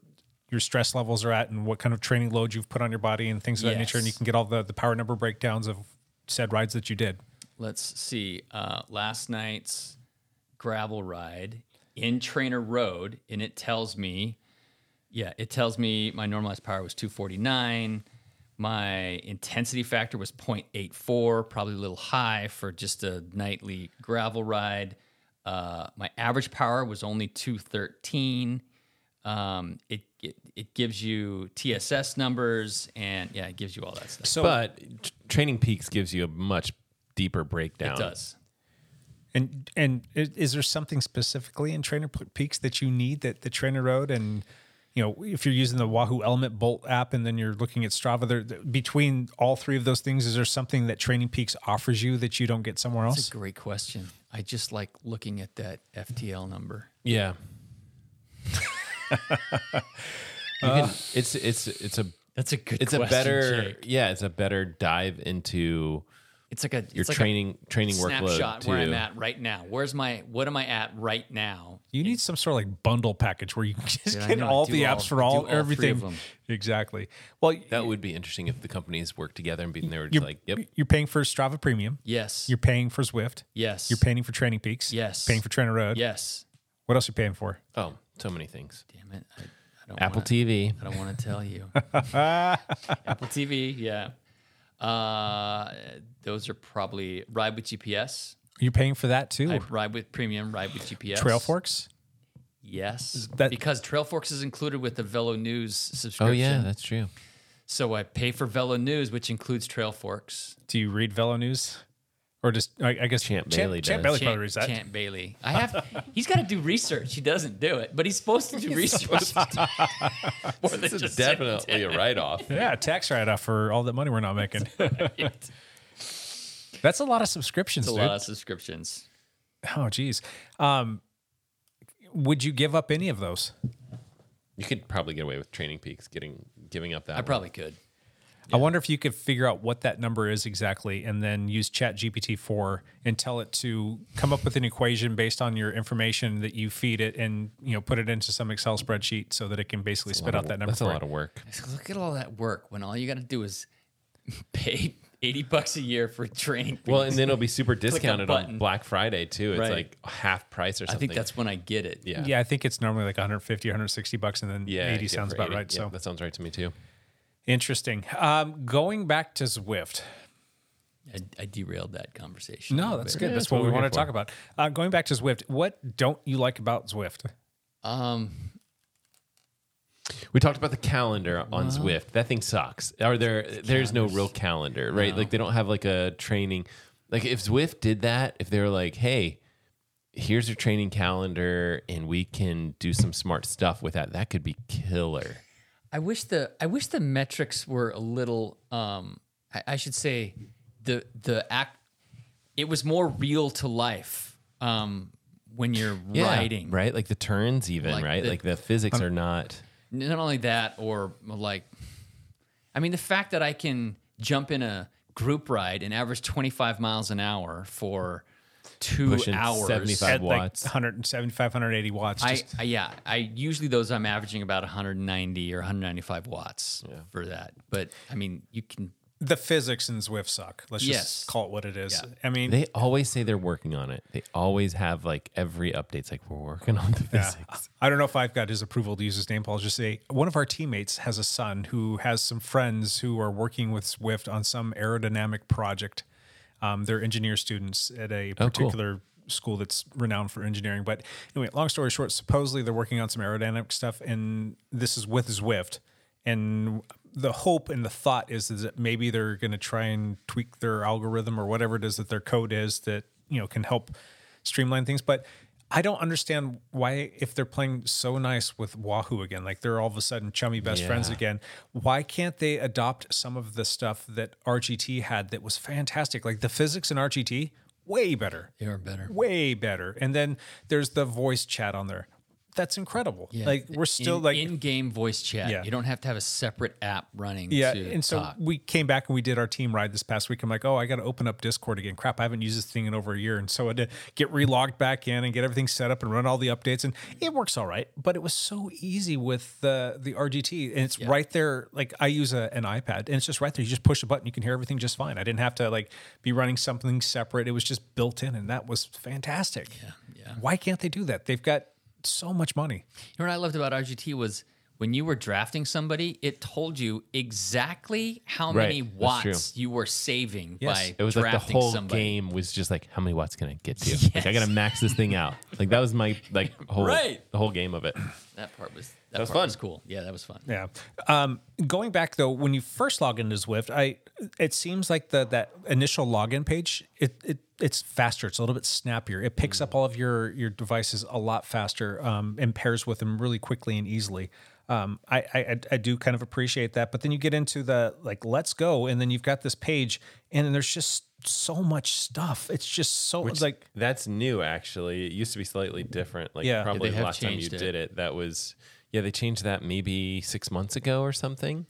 F: your stress levels are at and what kind of training load you've put on your body and things of that nature? And you
G: Yes.
F: can get all the the power number breakdowns of said rides that you did.
G: Let's see. Uh, last night's gravel ride in Trainer Road, and it tells me, yeah, it tells me my normalized power was 249. My intensity factor was 0.84, probably a little high for just a nightly gravel ride. Uh, my average power was only 213. Um, it, it it gives you TSS numbers and yeah, it gives you all that stuff.
F: So,
H: but t- Training Peaks gives you a much deeper breakdown.
G: It does.
F: And and i- is there something specifically in Trainer P- Peaks that you need that the Trainer Road and you know if you're using the Wahoo Element Bolt app and then you're looking at Strava, there th- between all three of those things, is there something that Training Peaks offers you that you don't get somewhere
G: That's
F: else?
G: a great question. I just like looking at that FTL number.
H: Yeah. you can, it's it's it's a
G: That's a good.
H: it's a better yeah it's a better dive into
G: It's like a
H: your
G: it's like a
H: training training workload
G: snapshot
H: too.
G: where I'm at right now. Where's my what am I at right now?
F: you need some sort of like bundle package where you can just
G: Yeah, I
F: get
G: know.
F: all
G: Do
F: the
G: all-
F: apps for all,
G: do all three of
F: everything.
G: them.
F: Exactly. Well,
H: That would be interesting if the companies worked together and be- they were just
F: you're
H: like, "Yep,
F: you're paying for Strava Premium.
G: Yes.
F: You're paying for Zwift.
G: yes.
F: You're paying for Training Peaks.
G: Yes.
F: Paying for Trainer Road.
G: Yes.
F: What else are you paying for?
H: oh, so many things."
G: Damn it. I, I don't
H: Apple
G: wanna-
H: TV.
G: I don't want to tell you. Apple TV. Yeah. Uh, those are probably ride with GPS.
F: You're paying for that too.
G: I ride with premium. Ride with GPS.
F: Trail Forks.
G: Yes.
F: that-
G: because Trail Forks is included with the Velo News
H: Oh
G: subscription.
H: yeah, that's true.
G: So I pay for Velo News, which includes Trail Forks.
F: Do you read Velo News? Or just, I, I guess
H: Champ Bailey
F: Champ
H: does.
F: Bailey probably reads that.
G: Champ Bailey. I have. he's got to do research. He doesn't do it, but he's supposed to do research. More than
H: This is
G: just
H: definitely a write off.
F: Yeah, tax write off for all that money we're not making.
G: It's
F: That's a lot of subscriptions,
G: a
F: dude.
G: lot of subscriptions.
F: Oh, geez. Um, would you give up any of those?
H: You could probably get away with Training Peaks getting giving up that.
G: I probably could.
F: I wonder if you could figure out what that number is exactly and then use Chat GPT 4 and tell it to come up with an equation based on your information that you feed it and you know put it into some Excel spreadsheet so that it can basically spit out that number.
H: That's a
F: for you.
H: lot of work.
G: So Look at all that work when all you got to do is pay eighty bucks a year for training.
H: Well, and then it'll be super discounted
G: button.
H: on Black Friday too. It's
G: Right.
H: like half price or
G: I
H: something.
G: think that's when I get it.
H: yeah,
F: Yeah, I think it's normally like 150, 160 bucks and then
H: yeah.
F: 80
H: yeah,
F: sounds
H: for
F: about
H: 80.
F: right.
H: Yeah,
F: so
H: that sounds right to me too.
F: Interesting. Um, going back to Zwift.
G: I, I derailed that conversation.
F: No,
G: a little
F: that's
G: bit.
F: good. That's,
H: that's
F: what,
H: what
F: we
H: we're
F: want to
H: here
F: talk about.
H: for.
F: Uh, going back to Zwift, what don't you like about Zwift?
G: Um,
H: We talked about the calendar on Zwift. That thing sucks. Are there? There's no real calendar, right? Like they don't have like a training. Like if Zwift did that, if they were like, "Hey, here's your training calendar, and we can do some smart stuff with that," that could be killer.
G: I wish the I wish the metrics were a little um I, I should say the the act it was more real to life um when you're riding
H: right? Like the turns, even
G: Like
H: right?
G: the-
H: like the physics are not.
G: not only that or like I mean the fact that I can jump in a group ride and average 25 miles an hour for two
H: pushing
G: hours
H: 75
F: at
H: watts.
F: like 175, 180 watts.
G: I,
F: Just,
G: I yeah, I usually those I'm averaging about 190 or 195 watts for that. But I mean, you can
F: the physics in Zwift suck. Let's
G: Yes.
F: just call it what it is.
G: Yeah.
F: I mean,
H: They always say they're working on it. They always have like every update's like we're working on the
F: Yeah.
H: physics.
F: I don't know if I've got his approval to use his name, Paul. Just say one of our teammates has a son who has some friends who are working with Swift on some aerodynamic project. Um, they're engineer students at a
H: cool.
F: particular school that's renowned for engineering. But anyway, long story short, supposedly they're working on some aerodynamic stuff, and this is with Zwift. And the hope and the thought is, is that maybe they're going to try and tweak their algorithm or whatever it is that their code is that you know can help streamline things. But I don't understand why, if they're playing so nice with Wahoo again, like they're all of a sudden chummy best friends again, why can't they adopt some of the stuff that RGT had that was fantastic? Like the physics in RGT, way better.
G: they are better.
F: Way better. And then there's the voice chat on there. That's incredible. Like we're still
G: In-
F: like
G: in-game voice chat.
F: Yeah.
G: You don't have to have a separate app running.
F: yeah,
G: to
F: and so
G: talk.
F: we came back and we did our team ride this past week. I'm like, oh, I got to open up Discord again. Crap, I haven't used this thing in over a year, and so I had to get relogged back in and get everything set up and run all the updates, and it works all right. But it was so easy with the the RGT, and it's right there. Like I use a, an iPad, and it's just right there. You just push a button, you can hear everything just fine. I didn't have to like be running something separate. It was just built in, and that was fantastic. Yeah, yeah. Why can't they do that? They've got so much money.
G: You know what I loved about RGT was when you were drafting somebody, it told you exactly how
H: Right,
G: many
H: that's
G: watts you were saving by
H: It was like
G: drafting
H: the whole
G: somebody.
H: game was just like how many watts can I get to? Like I gotta max this thing out. Like that was my like whole
G: Right.
H: the whole game of it.
G: That part was that,
H: was
G: part
H: fun.
G: Was cool. Yeah, that was fun.
F: Yeah. Um, going back though, when you first log into Zwift, I it seems like the that initial login page it, it it's faster. It's a little bit snappier. It picks
H: Mm.
F: up all of your your devices a lot faster um, and pairs with them really quickly and easily. Um, I, I I- I do kind of appreciate that. But then you get into the like let's go, and then you've got this page, and then there's just so much stuff. It's just so it's like
H: That's new, actually. It used to be slightly different. Like
F: Yeah. Yeah,
H: probably
G: they
H: the
G: have
H: last time you
G: changed it.
H: did it, that was yeah. They changed that maybe six months ago or something.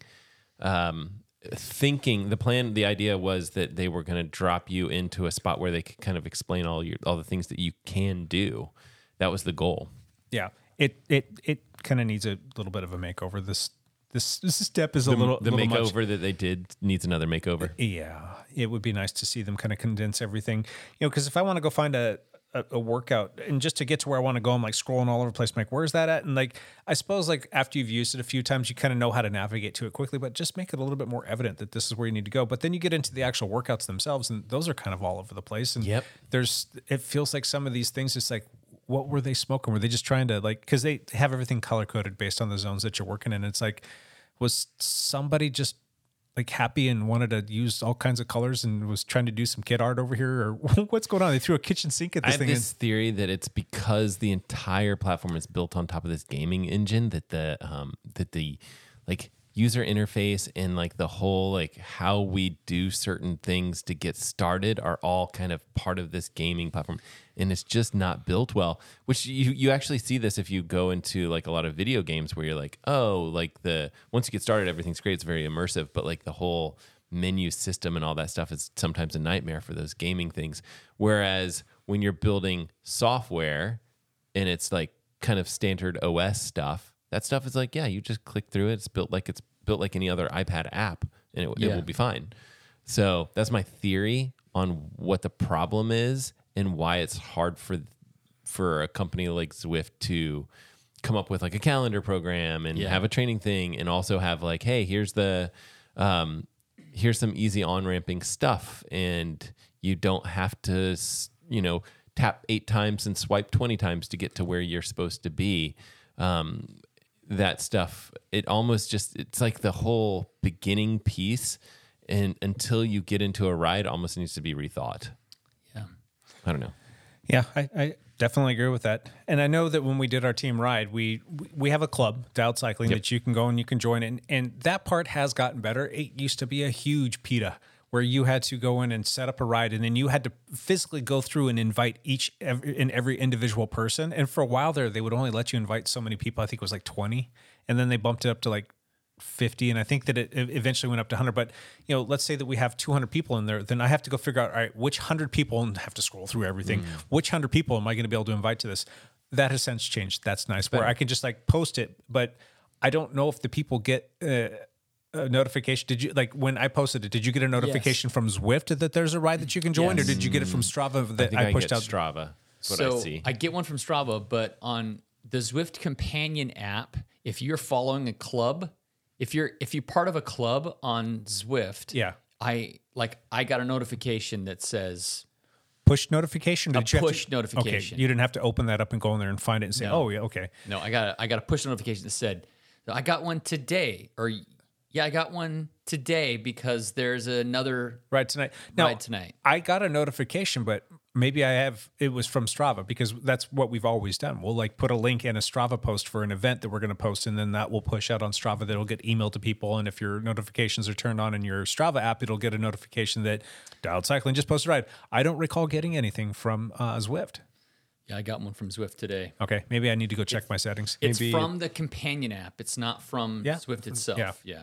H: Um, thinking the plan, the idea was that they were going to drop you into a spot where they could kind of explain all your all the things that you can do. That was the goal.
F: yeah. It it it kind of needs a little bit of a makeover. This this this step is a
H: The,
F: little
H: the
F: little much.
H: makeover that they did needs another makeover.
F: Yeah, it would be nice to see them kind of condense everything, you know. Because if I want to go find a, a a workout and just to get to where I want to go, I'm like scrolling all over the place. I'm like, where's that at? And like, I suppose like after you've used it a few times, you kind of know how to navigate to it quickly. But just make it a little bit more evident that this is where you need to go. But then you get into the actual workouts themselves, and those are kind of all over the place. And
H: Yep.
F: there's it feels like some of these things. It's like. What were they smoking? Were they just trying to like because they have everything color coded based on the zones that you're working in? It's like, was somebody just like happy and wanted to use all kinds of colors and was trying to do some kid art over here or what's going on? They threw a kitchen sink at
H: I
F: this
H: have
F: thing.
H: this theory that it's because the entire platform is built on top of this gaming engine that the um, that the like user interface and like the whole like how we do certain things to get started are all kind of part of this gaming platform and it's just not built well which you you actually see this if you go into like a lot of video games where you're like oh like the once you get started everything's great it's very immersive but like the whole menu system and all that stuff is sometimes a nightmare for those gaming things. Whereas when you're building software and it's like kind of standard OS stuff, that stuff is like, yeah, you just click through it. It's built like it's built like any other iPad app and it, it
G: Yeah.
H: will be fine. So that's my theory on what the problem is and why it's hard for for a company like Zwift to come up with like a calendar program and
G: Yeah.
H: have a training thing and also have like, hey, here's the um, here's some easy on ramping stuff, and you don't have to s- you know tap eight times and swipe twenty times to get to where you're supposed to be. Um, that stuff, it almost just it's like the whole beginning piece, and until you get into a ride, almost needs to be rethought.
G: Yeah.
H: I don't know.
F: Yeah, I, I definitely agree with that. And I know that when we did our team ride, we we have a club, Dialed Cycling, that you can go and you can join. And and that part has gotten better. It used to be a huge PETA where you had to go in and set up a ride, and then you had to physically go through and invite each every, and every individual person. And for a while there, they would only let you invite so many people. I think it was like twenty, and then they bumped it up to like 50 and i think that it e- eventually went up to 100 but you know let's say that we have 200 people in there then i have to go figure out all right which 100 people and have to scroll through everything which 100 people am i going to be able to invite to this that has since changed that's nice where i can just like post it but i don't know if the people get uh, a notification did you like when i posted it did you get a notification from zwift that there's a ride that you can join or did you get it from strava that
H: think
F: i,
H: I
F: pushed
H: get
F: out
H: Strava. That's what
G: so
H: I see.
G: get one from Strava, but on the Zwift Companion app, if you're following a club, if you're if you're part of a club on Zwift,
F: Yeah.
G: I like I got a notification that says
F: push notification? Did
G: A
F: you have
G: push notification.
F: Okay, you didn't have to open that up and go in there and find it and say, "Oh yeah, okay."
G: no, I got a, I got a push notification that said I got one today, or yeah, I got one today because there's another
F: Right tonight. Now,
G: Ride tonight.
F: I got a notification, but maybe I have it was from Strava because that's what we've always done. We'll like put a link in a Strava post for an event that we're going to post, and then that will push out on Strava. That'll get emailed to people, and if your notifications are turned on in your Strava app, it'll get a notification that Dialed Cycling just posted a ride. I don't recall getting anything from uh, Zwift.
G: yeah, I got one from Zwift today.
F: Okay, maybe I need to go check my settings.
G: It's
F: maybe
G: from the companion app. It's not from
F: Yeah.
G: Swift itself.
F: Yeah.
G: yeah.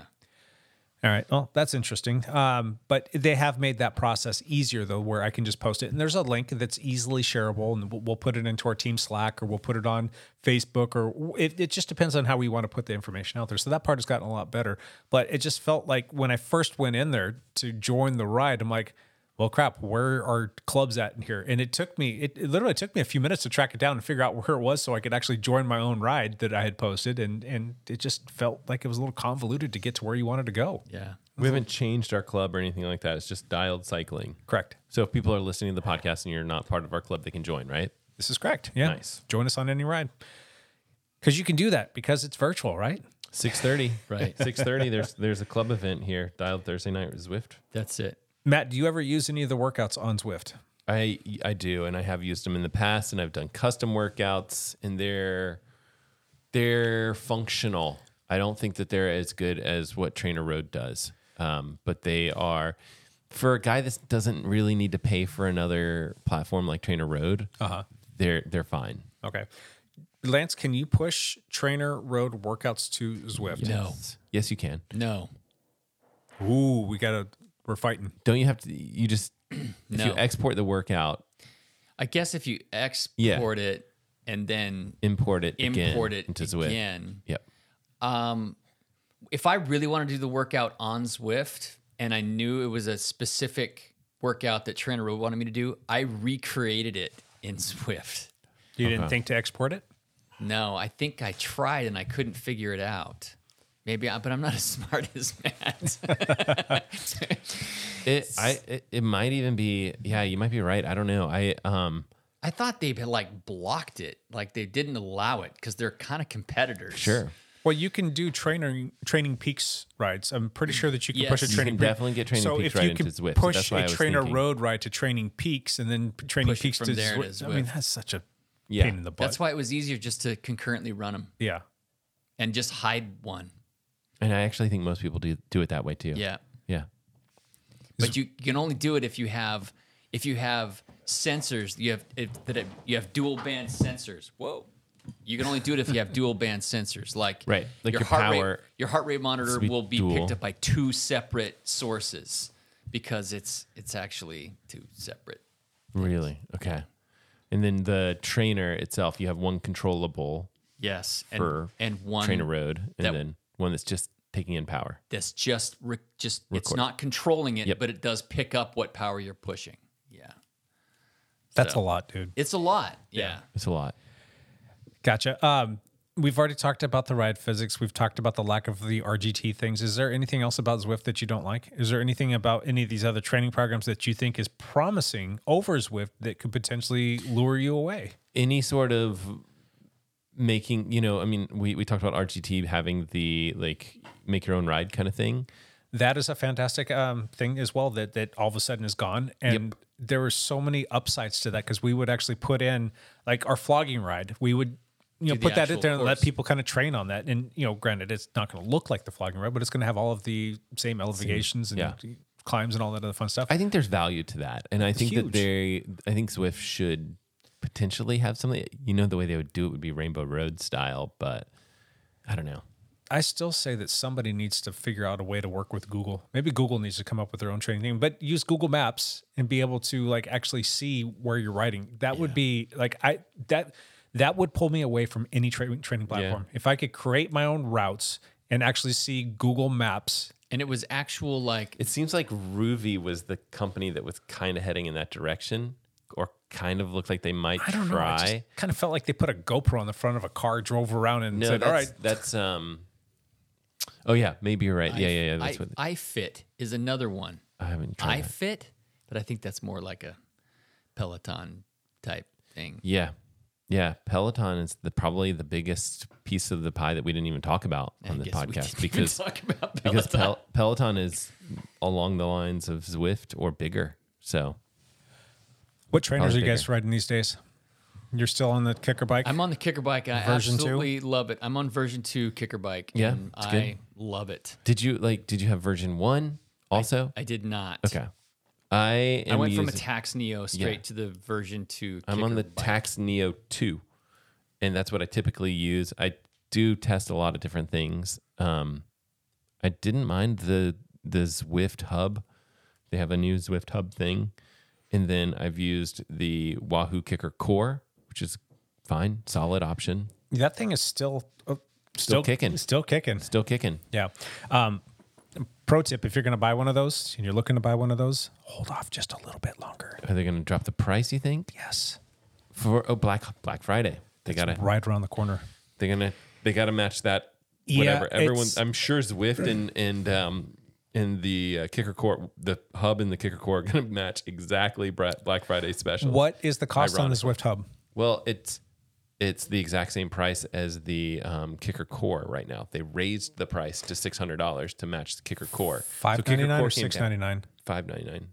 F: All right. Well, that's interesting. Um, but they have made that process easier though, where I can just post it, and there's a link that's easily shareable, and we'll, we'll put it into our team Slack, or we'll put it on Facebook, or it, it just depends on how we want to put the information out there. So that part has gotten a lot better. But it just felt like when I first went in there to join the ride, I'm like, well, crap, where are clubs at in here? And it took me, it, it literally took me a few minutes to track it down and figure out where it was so I could actually join my own ride that I had posted. And, and it just felt like it was a little convoluted to get to where you wanted to go.
G: Yeah.
H: we haven't changed our club or anything like that. It's just dialed cycling.
F: Correct.
H: So if people are listening to the podcast and you're not part of our club, they can join, right?
F: This is correct. Yeah.
H: Nice.
F: Join us on any ride. Because you can do that because it's virtual, right?
H: Six thirty,
G: Right.
H: Six thirty. There's there's a club event here. Dialed Thursday night with Zwift.
G: That's it.
F: Matt, do you ever use any of the workouts on Zwift?
H: I I do, and I have used them in the past, and I've done custom workouts, and they're they're functional. I don't think that they're as good as what Trainer Road does, um, but they are for a guy that doesn't really need to pay for another platform like Trainer Road. Uh-huh. They're they're fine.
F: Okay. Lance, can you push trainer road workouts to Zwift?
G: No.
H: Yes, you can.
G: No.
F: Ooh, we got to, we're fighting.
H: Don't you have to? You just if you
G: No.
H: export the workout,
G: I guess if you export it and then
H: import it, again
G: import it
H: into Zwift.
G: again,
H: Yep.
G: if I really want to do the workout on Zwift and I knew it was a specific workout that Trainer Road wanted me to do, I recreated it in Zwift.
F: You didn't think to export it?
G: No, I think I tried and I couldn't figure it out. Maybe, I, but I'm not as smart as Matt.
H: It, I, it it might even be yeah you might be right I don't know I um
G: I thought they had like blocked it, like they didn't allow it because they're kind of competitors.
H: sure
F: Well, you can do training training peaks rides. I'm pretty sure that you can
G: Yes.
F: push a
G: You
F: training.
H: can
F: Peak-
H: definitely get Training
F: so
H: Peaks
F: if
H: right
F: you
H: into
F: can
H: Zwift. So
F: push
H: that's why I
F: a
H: was
F: trainer
H: thinking.
F: road ride to training peaks and then p- training
G: Push it
F: peaks
G: from
F: to
G: there to
F: Zwift. I mean,
G: Zwift.
F: that's such a
H: Yeah.
F: pain in the butt.
G: That's why it was easier just to concurrently run them
F: yeah.
G: and just hide one.
H: and I actually think most people do do it that way too
G: Yeah.
H: yeah
G: But you, you can only do it if you have if you have sensors. You have if, that it, you have dual band sensors. Whoa. You can only do it if you have dual band sensors. Like
H: Right, like your
G: heart rate
H: power
G: your heart rate monitor
H: to be
G: will be
H: dual.
G: picked up by two separate sources because it's it's actually two separate.
H: really okay and then the trainer itself you have one controllable
G: Yes. And
H: for
G: and one
H: trainer road and
G: that-
H: then one that's just taking in power
G: that's just re- just it's
H: Record.
G: not controlling it,
H: Yep.
G: but it does pick up what power you're pushing. Yeah,
F: That's a lot, dude.
G: it's a lot. Yeah,
H: it's a lot
F: Gotcha. Um, we've already talked about the ride physics. We've talked about the lack of the RGT things. Is there anything else about Zwift that you don't like? Is there anything about any of these other training programs that you think is promising over Zwift that could potentially lure you away?
H: any sort of making you know I mean we we talked about RGT having the like make your own ride kind of thing
F: That is a fantastic um, thing as well that that all of a sudden is gone. And there were so many upsides to that because we would actually put in like our flogging ride. We would you know
G: the
F: put that in
G: actual
F: there and let
G: course.
F: people kind of train on that. And you know, granted, it's not going to look like the flogging ride, but it's going to have all of the same elevations and
H: yeah.
F: climbs and all that other fun stuff.
H: I think there's value to that, and I think
F: Huge.
H: that they, I think Zwift should potentially have something. You know, the way they would do it would be Rainbow Road style, but I don't know.
F: I still say that somebody needs to figure out a way to work with Google. Maybe Google needs to come up with their own training thing, but use Google Maps and be able to like actually see where you're riding. That would be like I that that would pull me away from any training training platform. If I could create my own routes and actually see Google Maps
G: And it was actual like
H: It seems like Ruvi was the company that was kind of heading in that direction, or kind of looked like they might
F: I don't know. I
H: try.
F: just kind of felt like they put a GoPro on the front of a car, drove around, and
H: no,
F: said,
H: that's,
F: "All right,
H: that's um. Oh yeah, maybe you're right. Yeah, yeah, yeah. That's
G: I,
H: what
G: iFit is another one.
H: I haven't tried. that.
G: iFit, but I think that's more like a Peloton type thing.
H: Yeah. Yeah. Peloton is the probably the biggest piece of the pie that we didn't even talk about
G: I
H: on the
G: guess we
H: podcast
G: didn't even
H: because
G: talk about
H: because
G: Peloton.
H: Pel- Peloton is along the lines of Zwift or bigger. So
F: what trainers are
H: Probably
F: you guys
H: bigger.
F: riding these days? You're still on the kicker bike?
G: I'm on the kicker bike. I
F: Version two?
G: absolutely love it. I'm on version two kicker bike.
H: Yeah,
G: and
H: it's
G: I
H: good.
G: love it.
H: did you like did you have version one also?
G: I did not.
H: okay. I am
G: I went from a
H: using-
G: Tax Neo straight
H: Yeah.
G: to the version two.
H: I'm on
G: kicker
H: the
G: bike.
H: Tax Neo 2, and that's what I typically use. I do test a lot of different things. Um, I didn't mind the the Zwift Hub. They have a new Zwift Hub thing, and then I've used the Wahoo Kicker Core, which is fine, solid option,
F: that thing is still uh, still
H: kicking.
F: still kicking.
H: still kicking.
F: Yeah. Um, pro tip: If you're going to buy one of those and you're looking to buy one of those, hold off just a little bit longer.
H: Are they going to drop the price? You think
F: Yes,
H: for oh Black Black Friday? They got to
F: right around the corner.
H: they're gonna they gotta match that
F: Yeah,
H: whatever everyone
F: it's-
H: i'm sure zwift and and um and the uh, kicker court the hub and the kicker court are gonna match exactly Bra- black friday special
F: What is the cost on the
H: Ironically.
F: Swift Hub?
H: well it's it's the exact same price as the um, kicker core right now they raised the price to $600 to match the kicker core
F: Five ninety nine or
H: came down-
F: six ninety nine?
H: 599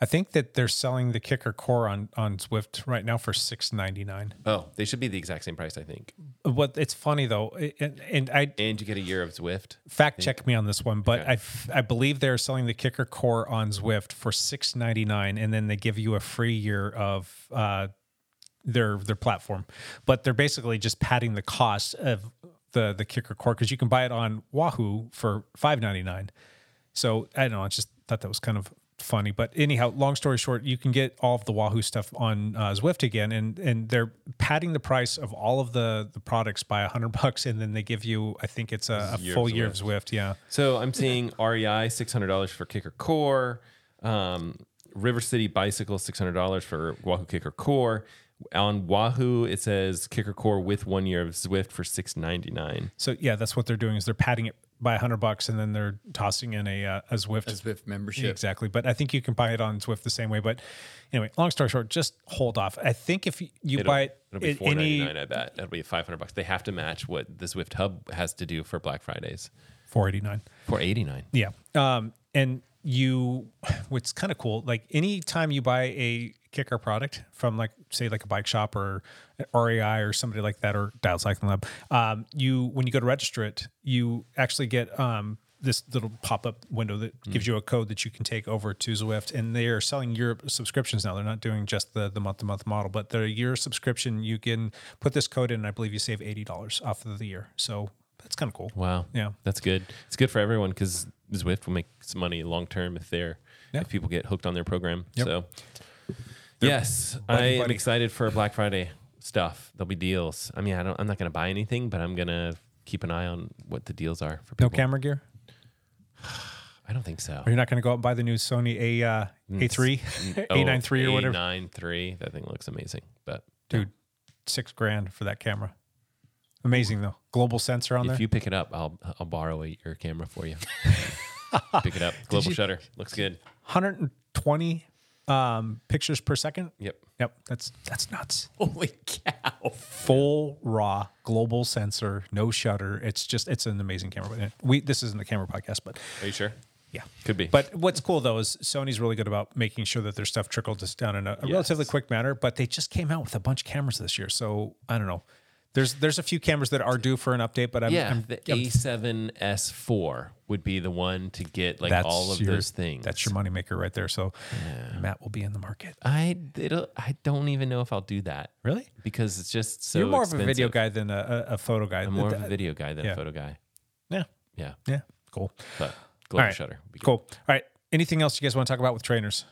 F: I think that they're selling the kicker core on on Swift right now for six ninety nine.
H: oh they should be the exact same price i think
F: What it's funny though, it- and, and I
H: and you get a year of zwift
F: fact check me on this one, but
H: Okay.
F: I f I I believe they're selling the kicker core on Zwift for six ninety nine, and then they give you a free year of uh, their their platform. But they're basically just padding the cost of the the kicker core because you can buy it on Wahoo for five ninety nine. So I don't know. I just thought that was kind of funny. But anyhow, long story short, you can get all of the Wahoo stuff on uh, Zwift again, and and they're padding the price of all of the the products by a hundred bucks, and then they give you, I think it's a, a
H: Year of
F: full year of Zwift. Yeah,
H: So I'm seeing REI six hundred dollars for Kicker Core, um, River City Bicycle six hundred dollars for Wahoo Kicker Core. On Wahoo, it says Kicker Core with one year of Zwift for six ninety nine.
F: so yeah, that's what they're doing is they're padding it by a hundred bucks, and then they're tossing in a uh, a Zwift.
G: As with membership.
F: Exactly. But I think you can buy it on Zwift the same way. But anyway, long story short, just hold off. I think if you, you buy it,
H: it'll be
F: at
H: four ninety nine.
F: any
H: I bet that'll be five hundred bucks. They have to match what the Zwift Hub has to do for Black Fridays.
F: four eighty nine.
H: Four eighty nine.
F: Yeah. Um, and you, what's kind of cool, like anytime you buy a kicker product from like, say like a bike shop or REI or somebody like that, or dial cycling lab, um, you, when you go to register it, you actually get, um, this little pop-up window that
H: Mm-hmm.
F: gives you a code that you can take over to Zwift, and they are selling Europe subscriptions now. They're not doing just the the month-to-month model, but their year subscription. You can put this code in, and I believe you save eighty dollars off of the year. So that's kind of cool.
H: Wow.
F: Yeah.
H: That's good. It's good for everyone because Zwift will make some money long term if they're
F: Yeah.
H: if people get hooked on their program.
F: Yep.
H: So yes, I am
F: buddy.
H: excited for Black Friday stuff. There'll be deals. I mean, I don't. I'm not going to buy anything, but I'm going to keep an eye on what the deals are for
F: No
H: people.
F: camera gear.
H: I don't think so.
F: Or you're not going to go out and buy the new Sony A uh,
H: Mm.
F: A3, A93 or whatever.
H: oh, Nine three. That thing looks amazing, but
F: Dude, six grand for that camera. Amazing though. Global sensor on
H: if
F: there.
H: you pick it up, I'll I'll borrow a, your camera for you. pick it up. Global
F: you-
H: shutter looks good.
F: 120 um, pictures per second.
H: Yep. Oh.
F: Yep. That's that's nuts.
G: Holy cow!
F: Full raw global sensor, no shutter. It's just it's an amazing camera. We this isn't a camera podcast, but
H: Are you sure?
F: yeah.
H: Could be.
F: But what's cool though is Sony's really good about making sure that their stuff trickles just down in a, a relatively quick manner. But they just came out with a bunch of cameras this year, so I don't know. There's there's a few cameras that are due for an update, but I'm,
H: yeah,
F: I'm-
H: the
F: I'm-
H: A7S4 would be the one to get like
F: that's
H: all of
F: your-
H: those things.
F: That's your moneymaker right there. So Matt will be in the market.
H: I it'll, I don't even know if I'll do that
F: Really?
H: because it's just so.
F: You're more of a
H: expensive.
F: video guy than a, a, a photo guy.
H: I'm more of a video guy than
F: Yeah.
H: a photo guy.
F: Yeah.
H: Yeah.
F: Yeah. Cool.
H: But
F: All
H: Glover
F: right.
H: Shutter.
F: Cool. All right. Anything else you guys want to talk about with trainers?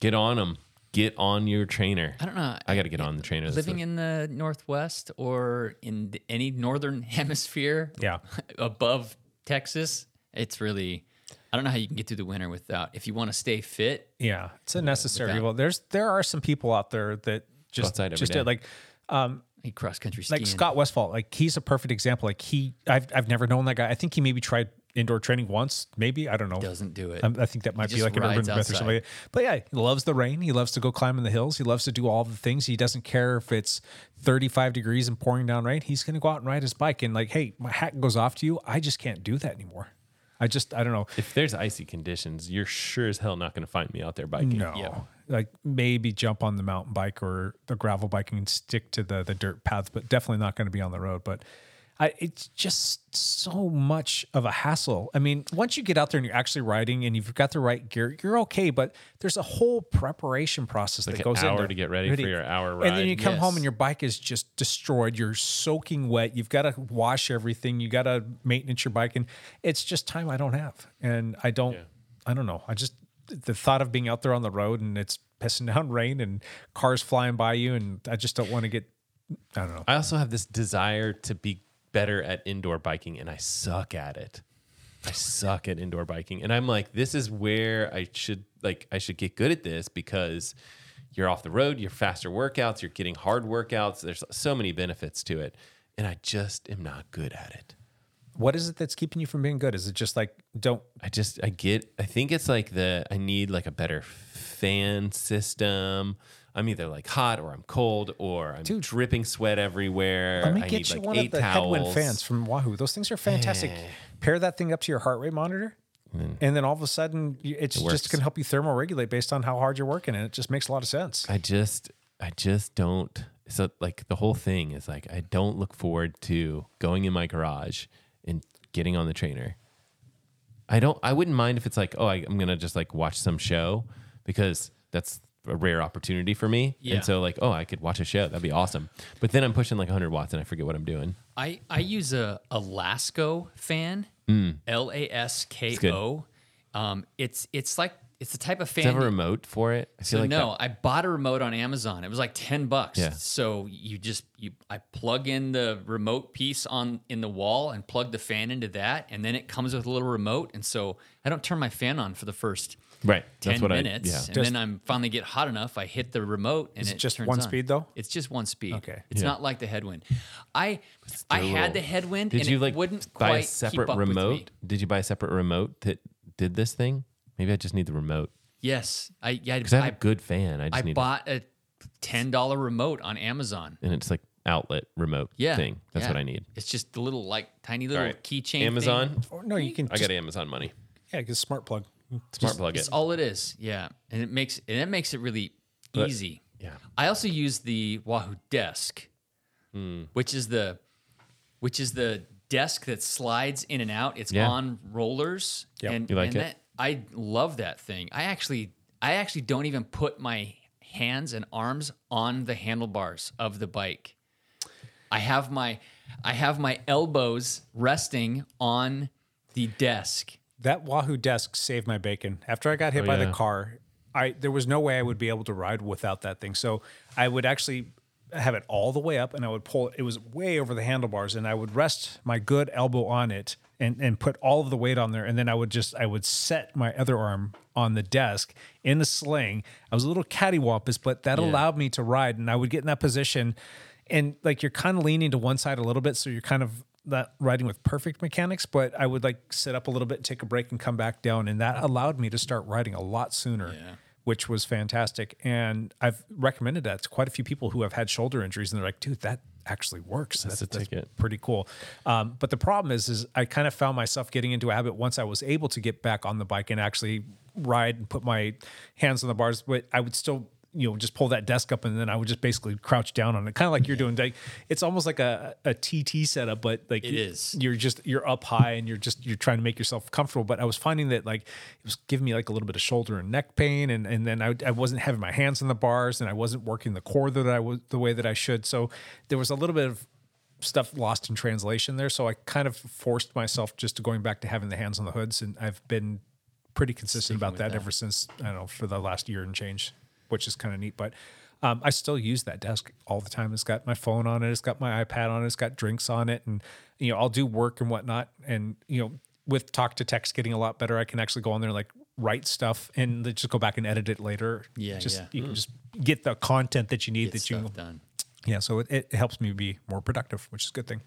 H: Get on them. Get on your trainer.
G: I don't know.
H: I got to get on the trainer. That's
G: Living
H: the-
G: in the Northwest or in th- any northern hemisphere
F: Yeah.
G: above Texas, it's really, I don't know how you can get through the winter without, if you want to stay fit,
F: Yeah, it's a necessary
G: without-
F: evil. There's there are some people out there that just
H: outside every
F: just
H: day.
F: did, like
G: you cross country skiing.
F: like Scott Westfall. Like he's a perfect example. Like he, I've I've never known that guy. I think he maybe tried indoor training once, maybe I don't know.
G: doesn't do it.
F: I'm- I think that might be
G: just
F: like an urban
G: rides
F: myth or
G: outside.
F: something. Like that. But yeah, he loves the rain. He loves to go climb in the hills. He loves to do all the things. He doesn't care if it's 35 degrees and pouring down rain. He's going to go out and ride his bike. And like, hey, my hat goes off to you. I just can't do that anymore. I just, I don't know.
H: If there's icy conditions, you're sure as hell not going to find me out there biking.
F: No. Like maybe jump on the mountain bike or the gravel bike and stick to the the dirt path, but definitely not going to be on the road. But I, it's just so much of a hassle. I mean, once you get out there and you're actually riding and you've got the right gear, you're okay. But there's a whole preparation process that
H: an
F: goes in
H: hour
F: there.
H: to get ready for your hour
F: and then
H: ride.
F: you come home
G: Yes.
F: and your bike is just destroyed. You're soaking wet. You've got to wash everything. You got to maintenance your bike, and it's just time I don't have, and I don't. I don't know. I just the thought of being out there on the road and it's pissing down rain and cars flying by you, and I just don't want to get. I don't know.
H: I also have this desire to be better at indoor biking, and I suck at it. I suck at indoor biking, and I'm like, this is where I should like I should get good at this because you're off the road, you're faster workouts, you're getting hard workouts. There's so many benefits to it, and I just am not good at it.
F: What is it that's keeping you from being good? Is it just like don't?
H: I just I get I think it's like the I need like a better fan system. I'm either like hot or I'm cold or I'm dripping sweat everywhere.
F: Let me
H: I
F: get
H: need
F: you
H: like
F: one
H: eight
F: of the
H: towels.
F: headwind fans from Wahoo. Those things are fantastic. Pair that thing up to your heart rate monitor. And then all of a sudden, you- it's
H: Mm. works.
F: just going to help you thermoregulate based on how hard you're working, and it just makes a lot of sense.
H: I just I just don't so like the whole thing is like I don't look forward to going in my garage and getting on the trainer. I don't I wouldn't mind if it's like, oh, I, I'm gonna just like watch some show because that's a rare opportunity for me.
G: Yeah.
H: And so like, oh, I could watch a show. That'd be awesome. But then I'm pushing like 100 watts and I forget what I'm doing.
G: I, I use a, a Lasco fan,
F: Mm.
G: L A S K O. Um, it's, it's like, it's the type of fan.
H: Does it have
G: that-
H: a remote for it? I
G: So
H: feel like
G: no,
H: that-
G: I bought a remote on Amazon. It was like ten bucks.
H: Yeah.
G: So you just you I plug in the remote piece on in the wall and plug the fan into that, and then it comes with a little remote. And so I don't turn my fan on for the first
H: right.
G: ten
H: That's what
G: minutes,
H: I yeah.
G: and then I'm finally get hot enough. I hit the remote, and
F: Is it
G: it
F: just
G: turns
F: one
G: on.
F: speed, though?
G: It's just one speed.
F: Okay.
G: It's not like the headwind. I I had the headwind,
H: Did
G: and
H: you
G: it
H: like
G: wouldn't
H: buy
G: quite
H: a separate
G: keep up with me.
H: remote? Did you buy a separate remote that did this thing? Maybe I just need the remote
G: Yes, I yeah.
H: because I have a good fan. I just
G: I
H: need,
G: bought a ten dollar remote on Amazon.
H: and it's like outlet remote
G: yeah,
H: thing. That's
G: yeah.
H: what I need.
G: It's just the little like tiny little keychain.
H: Amazon.
G: thing.
F: Or no, you can.
H: I
F: just-
H: got Amazon money.
F: Yeah, because smart plug.
H: Smart plug it.
G: That's all it is. Yeah, and it makes and it makes it really easy.
H: yeah.
G: I also use the Wahoo desk,
H: Hmm.
G: which is the which is the desk that slides in and out. It's
H: Yeah.
G: on rollers.
F: Yep.
G: and,
H: You like
G: and
H: it?
G: That, I love that thing. I actually I actually don't even put my hands and arms on the handlebars of the bike. I have my I have my elbows resting on the desk.
F: That Wahoo desk saved my bacon. After I got hit by the
H: yeah.
F: car, I there was no way I would be able to ride without that thing. So I would actually have it all the way up, and I would pull. It was way over the handlebars, and I would rest my good elbow on it and and put all of the weight on there, and then I would just I would set my other arm on the desk in the sling. I was a little cattywampus, but that allowed me to ride, and I would get in that position, and like you're kind of leaning to one side a little bit, so you're kind of not riding with perfect mechanics, but I would like sit up a little bit, take a break, and come back down, and that allowed me to start riding a lot sooner, which was fantastic. And I've recommended that to quite a few people who have had shoulder injuries, and they're like, "Dude, that actually works. That's,
H: a ticket.
F: Pretty cool." Um, but the problem is, is I kind of found myself getting into a habit once I was able to get back on the bike and actually ride and put my hands on the bars, but I would still you know just pull that desk up and then I would just basically crouch down on it, kind of like you're doing. Like it's almost like a a TT setup, but like
G: It is.
F: you're just you're up high and you're just you're trying to make yourself comfortable. But I was finding that like it was giving me like a little bit of shoulder and neck pain, and and then I, I wasn't having my hands on the bars and I wasn't working the core that I was the way that I should. So there was a little bit of stuff lost in translation there. So I kind of forced myself just to going back to having the hands on the hoods, and I've been pretty consistent about that, ever since I don't know for the last year and change, which is kind of neat. But um, I still use that desk all the time. It's got my phone on it. It's got my iPad on it. It's got drinks on it, and you know I'll do work and whatnot. And you know with talk to text getting a lot better, I can actually go on there and like write stuff and then just go back and edit it later.
G: Yeah,
F: just
G: yeah. Mm.
F: you can just get the content that you need
G: Get
F: that you
G: stuff done.
F: yeah, so it, it helps me be more productive, which is a good thing.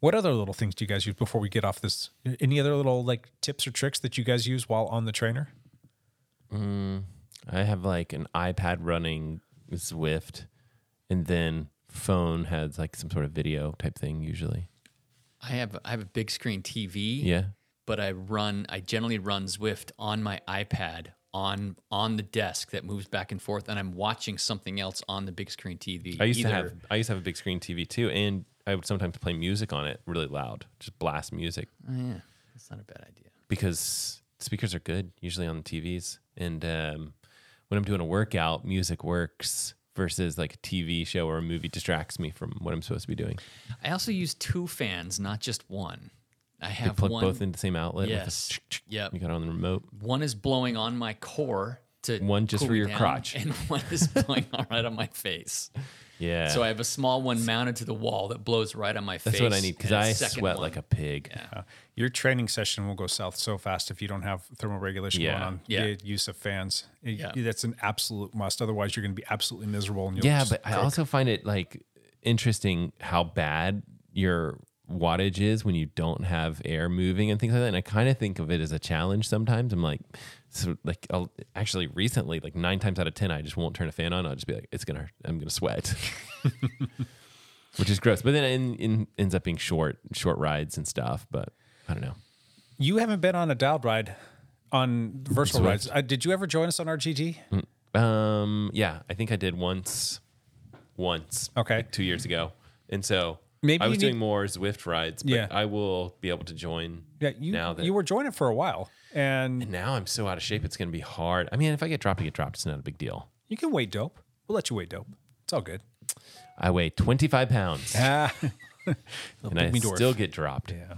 F: What other little things do you guys use before we get off this? Any other little like tips or tricks that you guys use while on the trainer?
H: I have like an iPad running Zwift, and then phone has like some sort of video type thing usually.
G: I have I have a big screen TV.
H: Yeah.
G: But I run I generally run Zwift on my iPad on on the desk that moves back and forth and I'm watching something else on the big screen TV.
H: I used to
G: Either-
H: have I used to have a big screen TV too, and I would sometimes play music on it really loud, just blast music
G: Oh, yeah. That's not a bad idea.
H: because speakers are good usually on TVs. And um, when I'm doing a workout, music works versus like a TV show or a movie distracts me from what I'm supposed to be doing.
G: I also use two fans, not just one. I
H: You
G: have
H: plug
G: one
H: both into the same outlet. with a
G: Yes. Yep.
H: You got it on the remote.
G: one is blowing on my core to
H: One just
G: cool
H: for
G: me
H: your
G: down,
H: crotch.
G: and one is blowing right on my face.
H: Yeah.
G: So I have a small one mounted to the wall that blows right on my
H: That's
G: face.
H: what I need because
G: and a
H: I
G: second
H: sweat
G: one-
H: like a pig.
F: Your training session will go south so fast if you don't have thermal regulation
H: Yeah.
F: going on.
G: Yeah.
F: The use of fans. It-
G: Yeah.
F: That's an absolute must. Otherwise, you're going to be absolutely miserable. And you'll
H: Yeah,
F: just
H: but I
F: croak.
H: also find it like interesting how bad your wattage is when you don't have air moving and things like that. And I kind of think of it as a challenge sometimes. I'm like, so like I'll, actually recently, like nine times out of ten, I just won't turn a fan on. I'll just be like, it's gonna, I'm gonna sweat, which is gross. But then it in, in, ends up being short, short rides and stuff. But I don't know.
F: you haven't been on a dialed ride on versatile
H: Zwift.
F: rides. Uh, did you ever join us on RGG?
H: Mm. Um, yeah, I think I did once, once.
F: Okay.
H: like two years ago, and so
F: Maybe
H: I
F: you
H: was doing
F: need-
H: more Zwift rides. But
F: Yeah.
H: I will be able to join.
F: Yeah, you
H: now that
F: you were joining for a while, and
H: now I'm so out of shape. It's going to be hard. I mean, if I get dropped, I get dropped. It's not a big deal.
F: you can wait dope. We'll let you wait dope. It's all good.
H: I weigh 25 pounds,
F: Ah.
H: and I
F: pygmy dwarf.
H: still get dropped.
F: Yeah.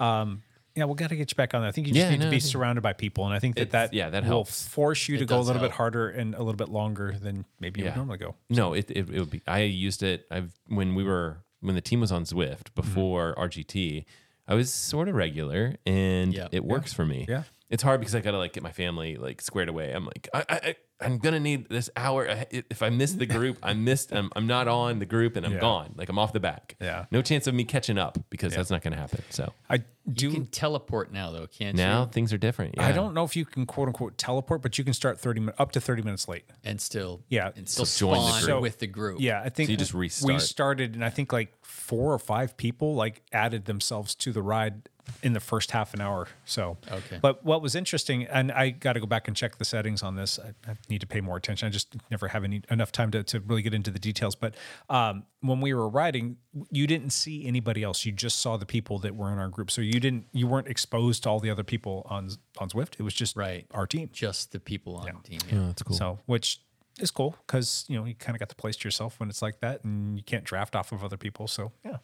F: Um, yeah, we got to get you back on. There. I think you just
H: Yeah,
F: need
H: no,
F: to be
H: I think-
F: surrounded by people, and I think that
H: It's-
F: that
H: yeah, that
F: will
H: helps.
F: force you to go a
G: does
F: little bit
G: help.
F: harder and a little bit longer than maybe you
H: Yeah.
F: would normally go.
H: No, it, it it would be. I used it. I've when we were when the team was on
F: Mm-hmm.
H: Zwift before RGT. I was sort of regular, and
G: Yep.
H: it works for me.
F: Yeah.
H: it's hard because I gotta like get my family like squared away. I'm like, I, I, I I'm gonna need this hour. I- If I miss the group, I missed. I'm, I'm not on the group, and I'm
F: Yeah.
H: gone. Like I'm off the back.
F: Yeah.
H: no chance of me catching up because that's not gonna happen. So
F: I do.
G: You can teleport now though, can't
H: now
G: you?
H: things are different.
F: I
H: Yeah.
F: don't know if you can quote unquote teleport, but you can start thirty min- up to thirty minutes late.
G: And still
F: Yeah.
G: and still
H: So join the
G: spawn
H: group.
G: with the group.
F: Yeah, I think
H: you just
F: we
H: restart.
F: started, and I think like four or five people like added themselves to the ride in the first half an hour. So,
G: Okay.
F: But what was interesting, and I got to go back and check the settings on this. I, I need to pay more attention. I just never have any enough time to, to really get into the details. But um, when we were riding, you didn't see anybody else. You just saw the people that were in our group. So you didn't, you weren't exposed to all the other people on on Zwift. It was just
G: Right.
F: our team.
G: Just the people on the team. yeah.
H: Oh, that's cool.
F: So, which is cool because you know you kind of got the place to yourself when it's like that, and you can't draft off of other people. So, yeah,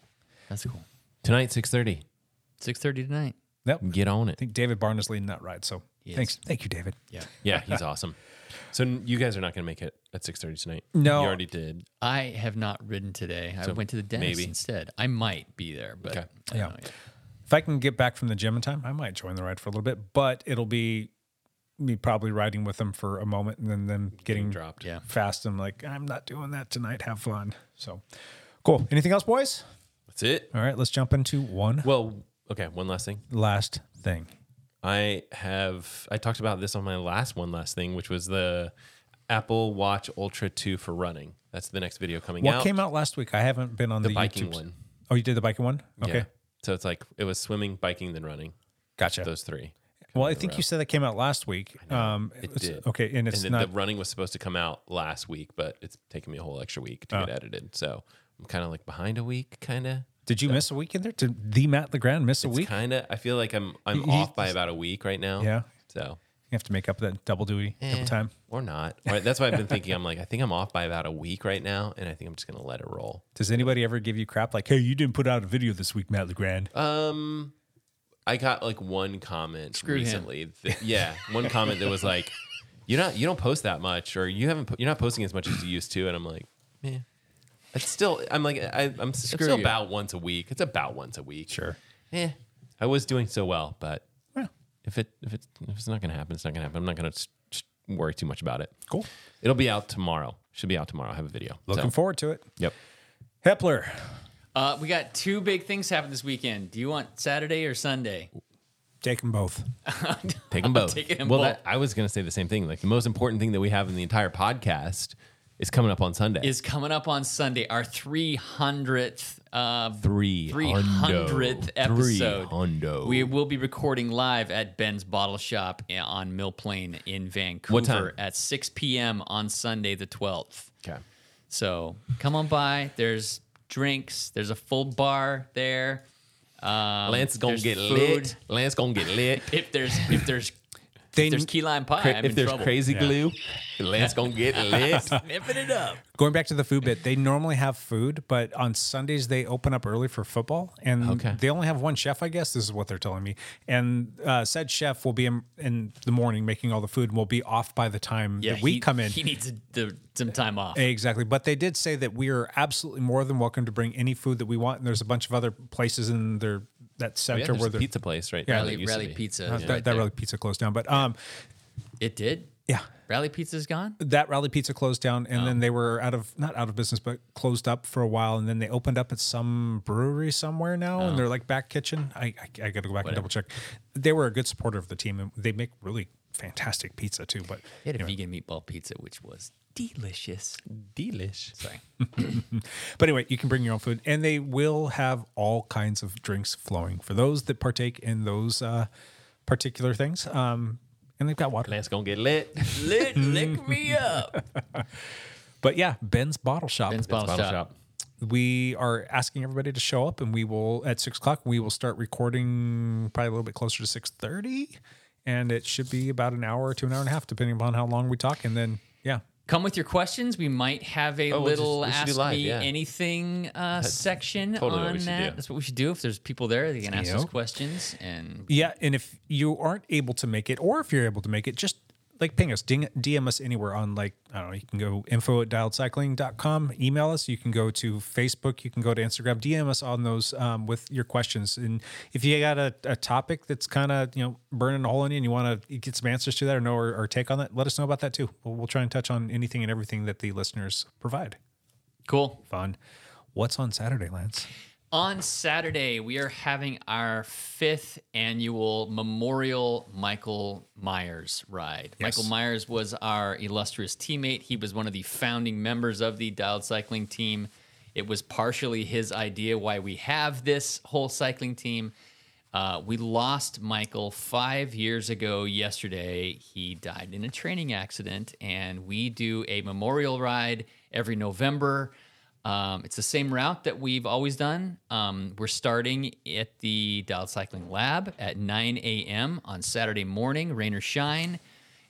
G: That's cool.
H: Tonight, six thirty.
G: Six thirty tonight.
F: yep. I
H: Get on it.
F: think David Barnes leading that ride. So,
G: He
F: thanks,
G: is.
F: thank you, David.
G: Yeah.
H: Yeah, he's awesome. So n- you guys are not gonna make it at six thirty tonight.
F: No.
H: you already did.
G: I have not ridden today. I went to the dentist
H: maybe.
G: instead. I might be there, but
H: Okay.
G: I don't
F: Yeah.
G: know yet.
F: If I can get back from the gym in time, I might join the ride for a little bit, but it'll be me probably riding with them for a moment and then them getting
H: dropped.
G: Yeah.
F: fast. I'm like, I'm not doing that tonight. Have fun. So, cool. Anything else, boys?
H: That's it.
F: All right, let's jump into one
H: Well, okay. One last thing.
F: last thing.
H: I have I talked about this on my last one last thing, which was the Apple Watch Ultra 2 for running. That's the next video coming
F: What
H: out.
F: came out last week? I haven't been on the,
H: the biking
F: YouTubes.
H: one.
F: Oh, you did the biking one?
H: Yeah.
F: Okay.
H: So it's like it was swimming, biking, then running.
F: Gotcha.
H: Those three.
F: well, I think you said that came out last week. Um,
H: It
F: it's-
H: did.
F: Okay, and it's
H: and then
F: not.
H: the running was supposed to come out last week, but it's taken me a whole extra week to
F: Oh.
H: get edited. So I'm kind of like behind a week, kind of.
F: did you miss a week in there? Did the Matt Legrand miss a
H: It's
F: week?
H: kind of. I feel like I'm I'm
F: He-
H: off by
F: he's-
H: about a week right now.
F: Yeah.
H: So
F: You have to make up that double duty, double
H: Eh,
F: time.
H: or not. Right, that's why I've been thinking. I'm like, I think I'm off by about a week right now, and I think I'm just gonna let it roll.
F: Does anybody ever give you crap like, "Hey, you didn't put out a video this week, Matt Legrand"?
H: Um, I got like one comment
G: Screw him.
H: recently. that- yeah, one comment that was like, "You're not, you don't post that much, or you haven't, po- you're not posting as much as you used to." And I'm like, yeah, it's still. I'm like, I, I'm s- it's
G: Screw
H: still
G: you.
H: about once a week. It's about once a week.
F: Sure.
G: Eh.
H: Yeah, I was doing so well, but
F: Well.
H: if it if it if it's not gonna happen, it's not gonna happen. I'm not gonna s- s- worry too much about it.
F: Cool.
H: It'll be out tomorrow. Should be out tomorrow. I have a video.
F: Looking
H: So,
F: forward to it.
H: Yep.
F: Hepler,
G: Uh, we got two big things happen this weekend. Do you want Saturday or Sunday?
F: take them both.
H: Take them both.
G: taking 'em
H: well,
G: both.
H: That, I was going to say the same thing. Like the most important thing that we have in the entire podcast is coming up on Sunday.
G: Is coming up on Sunday, our 300th uh,
H: three
G: 300th episode.
H: Hundo.
G: We will be recording live at Ben's Bottle Shop i- on Mill Plain in Vancouver
H: time?
G: at 6 p.m. on Sunday the 12th.
H: okay.
G: So come on by. There's drinks. There's a full bar there. Um,
H: Lance is gonna
G: there's
H: get
G: food.
H: lit. Lance gonna get lit.
G: If there's if there's
F: They,
G: if there's key lime pie, I'm
H: if
G: in
H: there's
G: trouble.
H: crazy glue, Lance gonna get lit.
G: Nipping it up.
F: going back to the food bit, they normally have food, but on Sundays they open up early for football, and
H: Okay.
F: they only have one chef. I guess this is what they're telling me. And uh, said chef will be in, in the morning making all the food, and will be off by the time that we
G: he-
F: come in.
G: He needs a, the, some time off.
F: Exactly. But they did say that we are absolutely more than welcome to bring any food that we want. And there's a bunch of other places in their that
H: Oh, yeah,
F: center
H: there's
F: where
H: a
F: they're
H: pizza place right
F: Yeah.
H: now. that
G: Rally,
H: used to
G: Rally
H: be.
G: Pizza.
F: Uh,
G: is
F: that,
G: right
F: that
G: there.
F: rally pizza closed down. But um
G: It did.
F: yeah.
G: Rally Pizza's gone.
F: That rally pizza closed down and
G: Oh.
F: then they were out of not out of business, but closed up for a while and then they opened up at some brewery somewhere now
G: Oh.
F: and they're like back kitchen. I I, I gotta go back and double check. They were a good supporter of the team and they make really fantastic pizza too. But
G: They had a vegan meatball pizza, which was delicious.
H: Delish.
G: Sorry.
F: But anyway, you can bring your own food, and they will have all kinds of drinks flowing for those that partake in those uh, particular things. Um, and they've got water.
H: Lance gonna get lit.
G: Lit, lick me up.
F: But yeah, Ben's Bottle Shop.
G: Ben's Bottle,
H: Bottle
G: shop.
H: shop.
F: We are asking everybody to show up, and we will at six o'clock. We will start recording probably a little bit closer to six thirty, and it should be about an hour to an hour and a half, depending upon how long we talk. And then yeah,
G: Come with your questions. We might have a
H: Oh, we'll just-
G: little
H: we should do
G: ask
H: live,
G: me
H: yeah.
G: anything uh, section
H: totally what
G: on
H: we should
G: that.
H: do.
G: That's what we should do. If there's people there, they can ask us
F: Yep.
G: questions. And
F: Yeah, and if you aren't able to make it, or if you're able to make it, just like ping us, ding, DM us anywhere on like, I don't know, you can go info at dialedcycling.com, email us, you can go to Facebook, you can go to Instagram, DM us on those um, with your questions. And if you got a, a topic that's kind of, you know, burning a hole in you and you want to get some answers to that or know or, or take on that, let us know about that too. We'll, we'll try and touch on anything and everything that the listeners provide.
G: cool.
F: Fun. What's on Saturday, Lance?
G: On Saturday, we are having our fifth annual Memorial Michael Myers ride. Michael Myers was our illustrious teammate. He was one of the founding members of the Dialed Cycling Team. It was partially his idea why we have this whole cycling team. Uh, we lost Michael five years ago yesterday. He died in a training accident, and we do a memorial ride every November. Um, it's the same route that we've always done. Um, we're starting at the Dialed Cycling Lab at 9 a.m. on Saturday morning, rain or shine.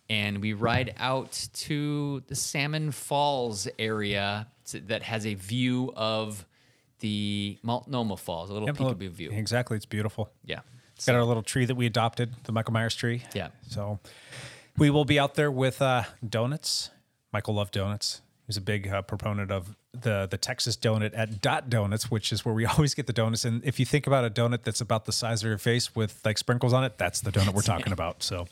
G: And we ride out to the Salmon Falls area t- that has a view of the Multnomah Falls, a little peekaboo view.
F: Exactly. It's beautiful.
G: Yeah.
F: It's got our little tree that we adopted, the Michael Myers tree.
G: Yeah.
F: So we will be out there with uh, donuts. Michael loved donuts. He was a big uh, proponent of the the Texas donut at Dot Donuts, which is where we always get the donuts. And if you think about a donut that's about the size of your face with like sprinkles on it, that's the donut we're talking about. So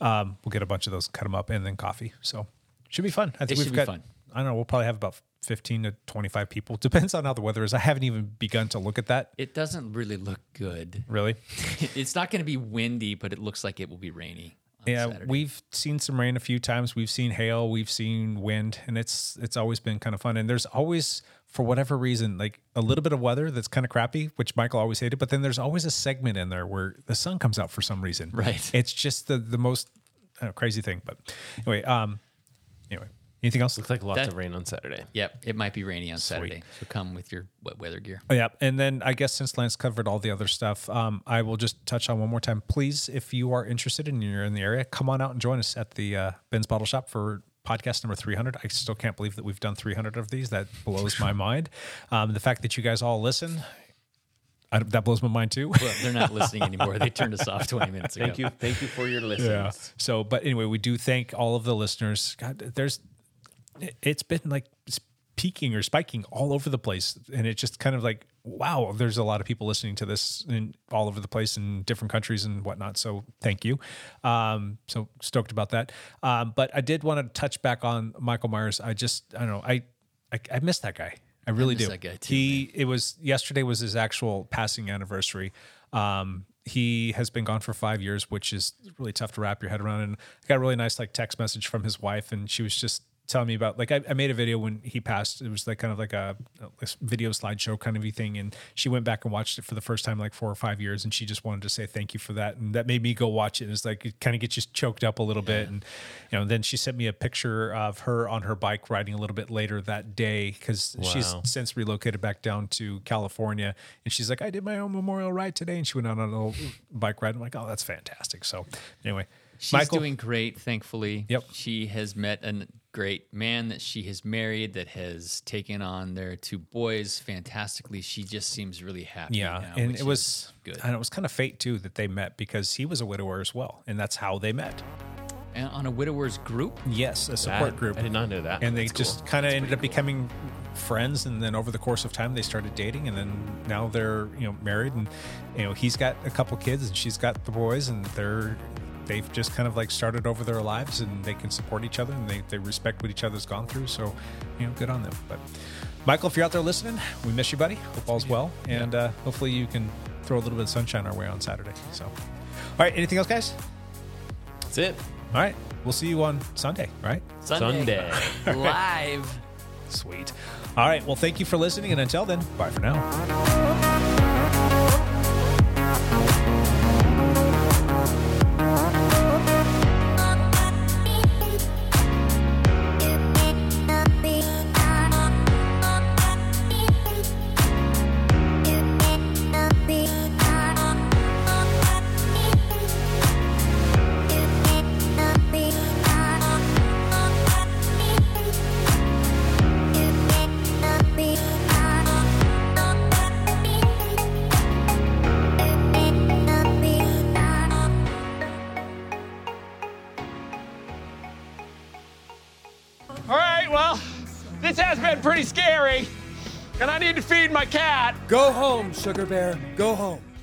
F: um, we'll get a bunch of those, cut them up, and then coffee. So should be fun. I think
G: It
F: we've
G: should be
F: got.
G: fun.
F: I don't know. We'll probably have about fifteen to twenty-five people. Depends on how the weather is. I haven't even begun to look at that.
G: It doesn't really look good.
F: Really.
G: it's not going to be windy, but it looks like it will be rainy. on
F: Yeah,
G: Saturday.
F: we've seen some rain a few times. We've seen hail, we've seen wind, and it's it's always been kind of fun. And there's always, for whatever reason, like a little bit of weather that's kind of crappy, which Michael always hated. But then there's always a segment in there where the sun comes out for some reason.
G: Right.
F: It's just the the most I don't know, crazy thing. But anyway, um, anyway, Anything else?
H: Looks like lots
G: That-
H: of rain on Saturday.
G: Yep, it might be rainy on Saturday, so come with your wet weather gear.
F: Oh, yeah. And then I guess since Lance covered all the other stuff, um, I will just touch on one more time. Please, if you are interested and you're in the area, come on out and join us at the uh, Ben's Bottle Shop for podcast number 300. I still can't believe that we've done 300 of these. That blows my mind. Um, the fact that you guys all listen, I, that blows my mind too.
G: Well, they're not listening anymore. They turned us off 20 minutes ago.
H: Thank you. Thank you for your listens.
F: Yeah. So, but anyway, we do thank all of the listeners. God, there's, it- it's been like s- peaking or spiking all over the place, and it's just kind of like, wow, there's a lot of people listening to this in all over the place in different countries and whatnot. So, thank you. Um, so stoked about that. Um, but I did want to touch back on Michael Myers. I just, I don't know, I, I, I miss that guy. I really
G: miss
F: do.
G: that guy too,
F: He he- it was yesterday was his actual passing anniversary. Um, he has been gone for five years, which is really tough to wrap your head around. And I got a really nice like text message from his wife, and she was just telling me about like I, I made a video when he passed. It was like kind of like a, a video slideshow kind of a thing, and she went back and watched it for the first time like four or five years, and she just wanted to say thank you for that, and that made me go watch it. And it's like it kind of gets you choked up a little bit, and you know. then she sent me a picture of her on her bike riding a little bit later that day because she's
H: Wow.
F: since relocated back down to California. And she's like, I did my own memorial ride today. And she went on a little bike ride. I'm like, oh, that's fantastic. So, anyway,
G: She's doing great, thankfully.
F: Yep.
G: She has met a great man that she has married that has taken on their two boys fantastically. She just seems really happy.
F: yeah.
G: now,
F: and
G: which
F: it was
G: is good.
F: And it was kind of fate, too, that they met because he was a widower as well. And that's how they met.
G: And on a widower's group,
F: Yes, a
H: That-
F: support group.
H: I did not know that.
F: And they
H: That's
F: just
H: cool.
F: kind of ended up becoming friends, and then over the course of time, they started dating, and then now they're you know married, and you know he's got a couple kids, and she's got the boys, and they're they've just kind of like started over their lives, and they can support each other, and they they respect what each other's gone through. So you know, good on them. But Michael, if you're out there listening, we miss you, buddy. Hope all's well, and uh, hopefully you can throw a little bit of sunshine our way on Saturday. So, all right, anything else, guys?
H: That's it.
F: All right, we'll see you on Sunday. Right.
G: Sunday,
H: Sunday.
G: live.
F: Sweet. All right. Well, thank you for listening. And until then, bye for now.
A: All right, well, this has been pretty scary, and I need to feed my cat.
K: Go home, Sugar Bear. Go home.